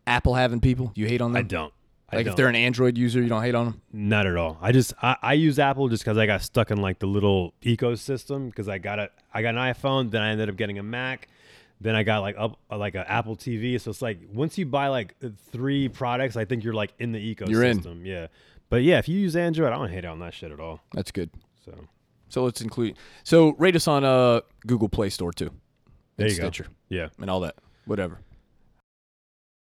Speaker 2: Apple having people? You hate on them?
Speaker 1: I don't. I
Speaker 2: like
Speaker 1: don't.
Speaker 2: if they're an Android user, you don't hate on them?
Speaker 1: Not at all. I just I, I use Apple just because I got stuck in like the little ecosystem because I got a I got an iPhone, then I ended up getting a Mac, then I got like up like an Apple TV. So it's like once you buy like three products, I think you're like in the ecosystem.
Speaker 2: You're in.
Speaker 1: Yeah, but yeah, if you use Android, I don't hate on that shit at all.
Speaker 2: That's good.
Speaker 1: So
Speaker 2: So let's include. So rate us on uh, Google Play Store too,
Speaker 1: there you
Speaker 2: Stitcher.
Speaker 1: go. Yeah,
Speaker 2: and all that. Whatever.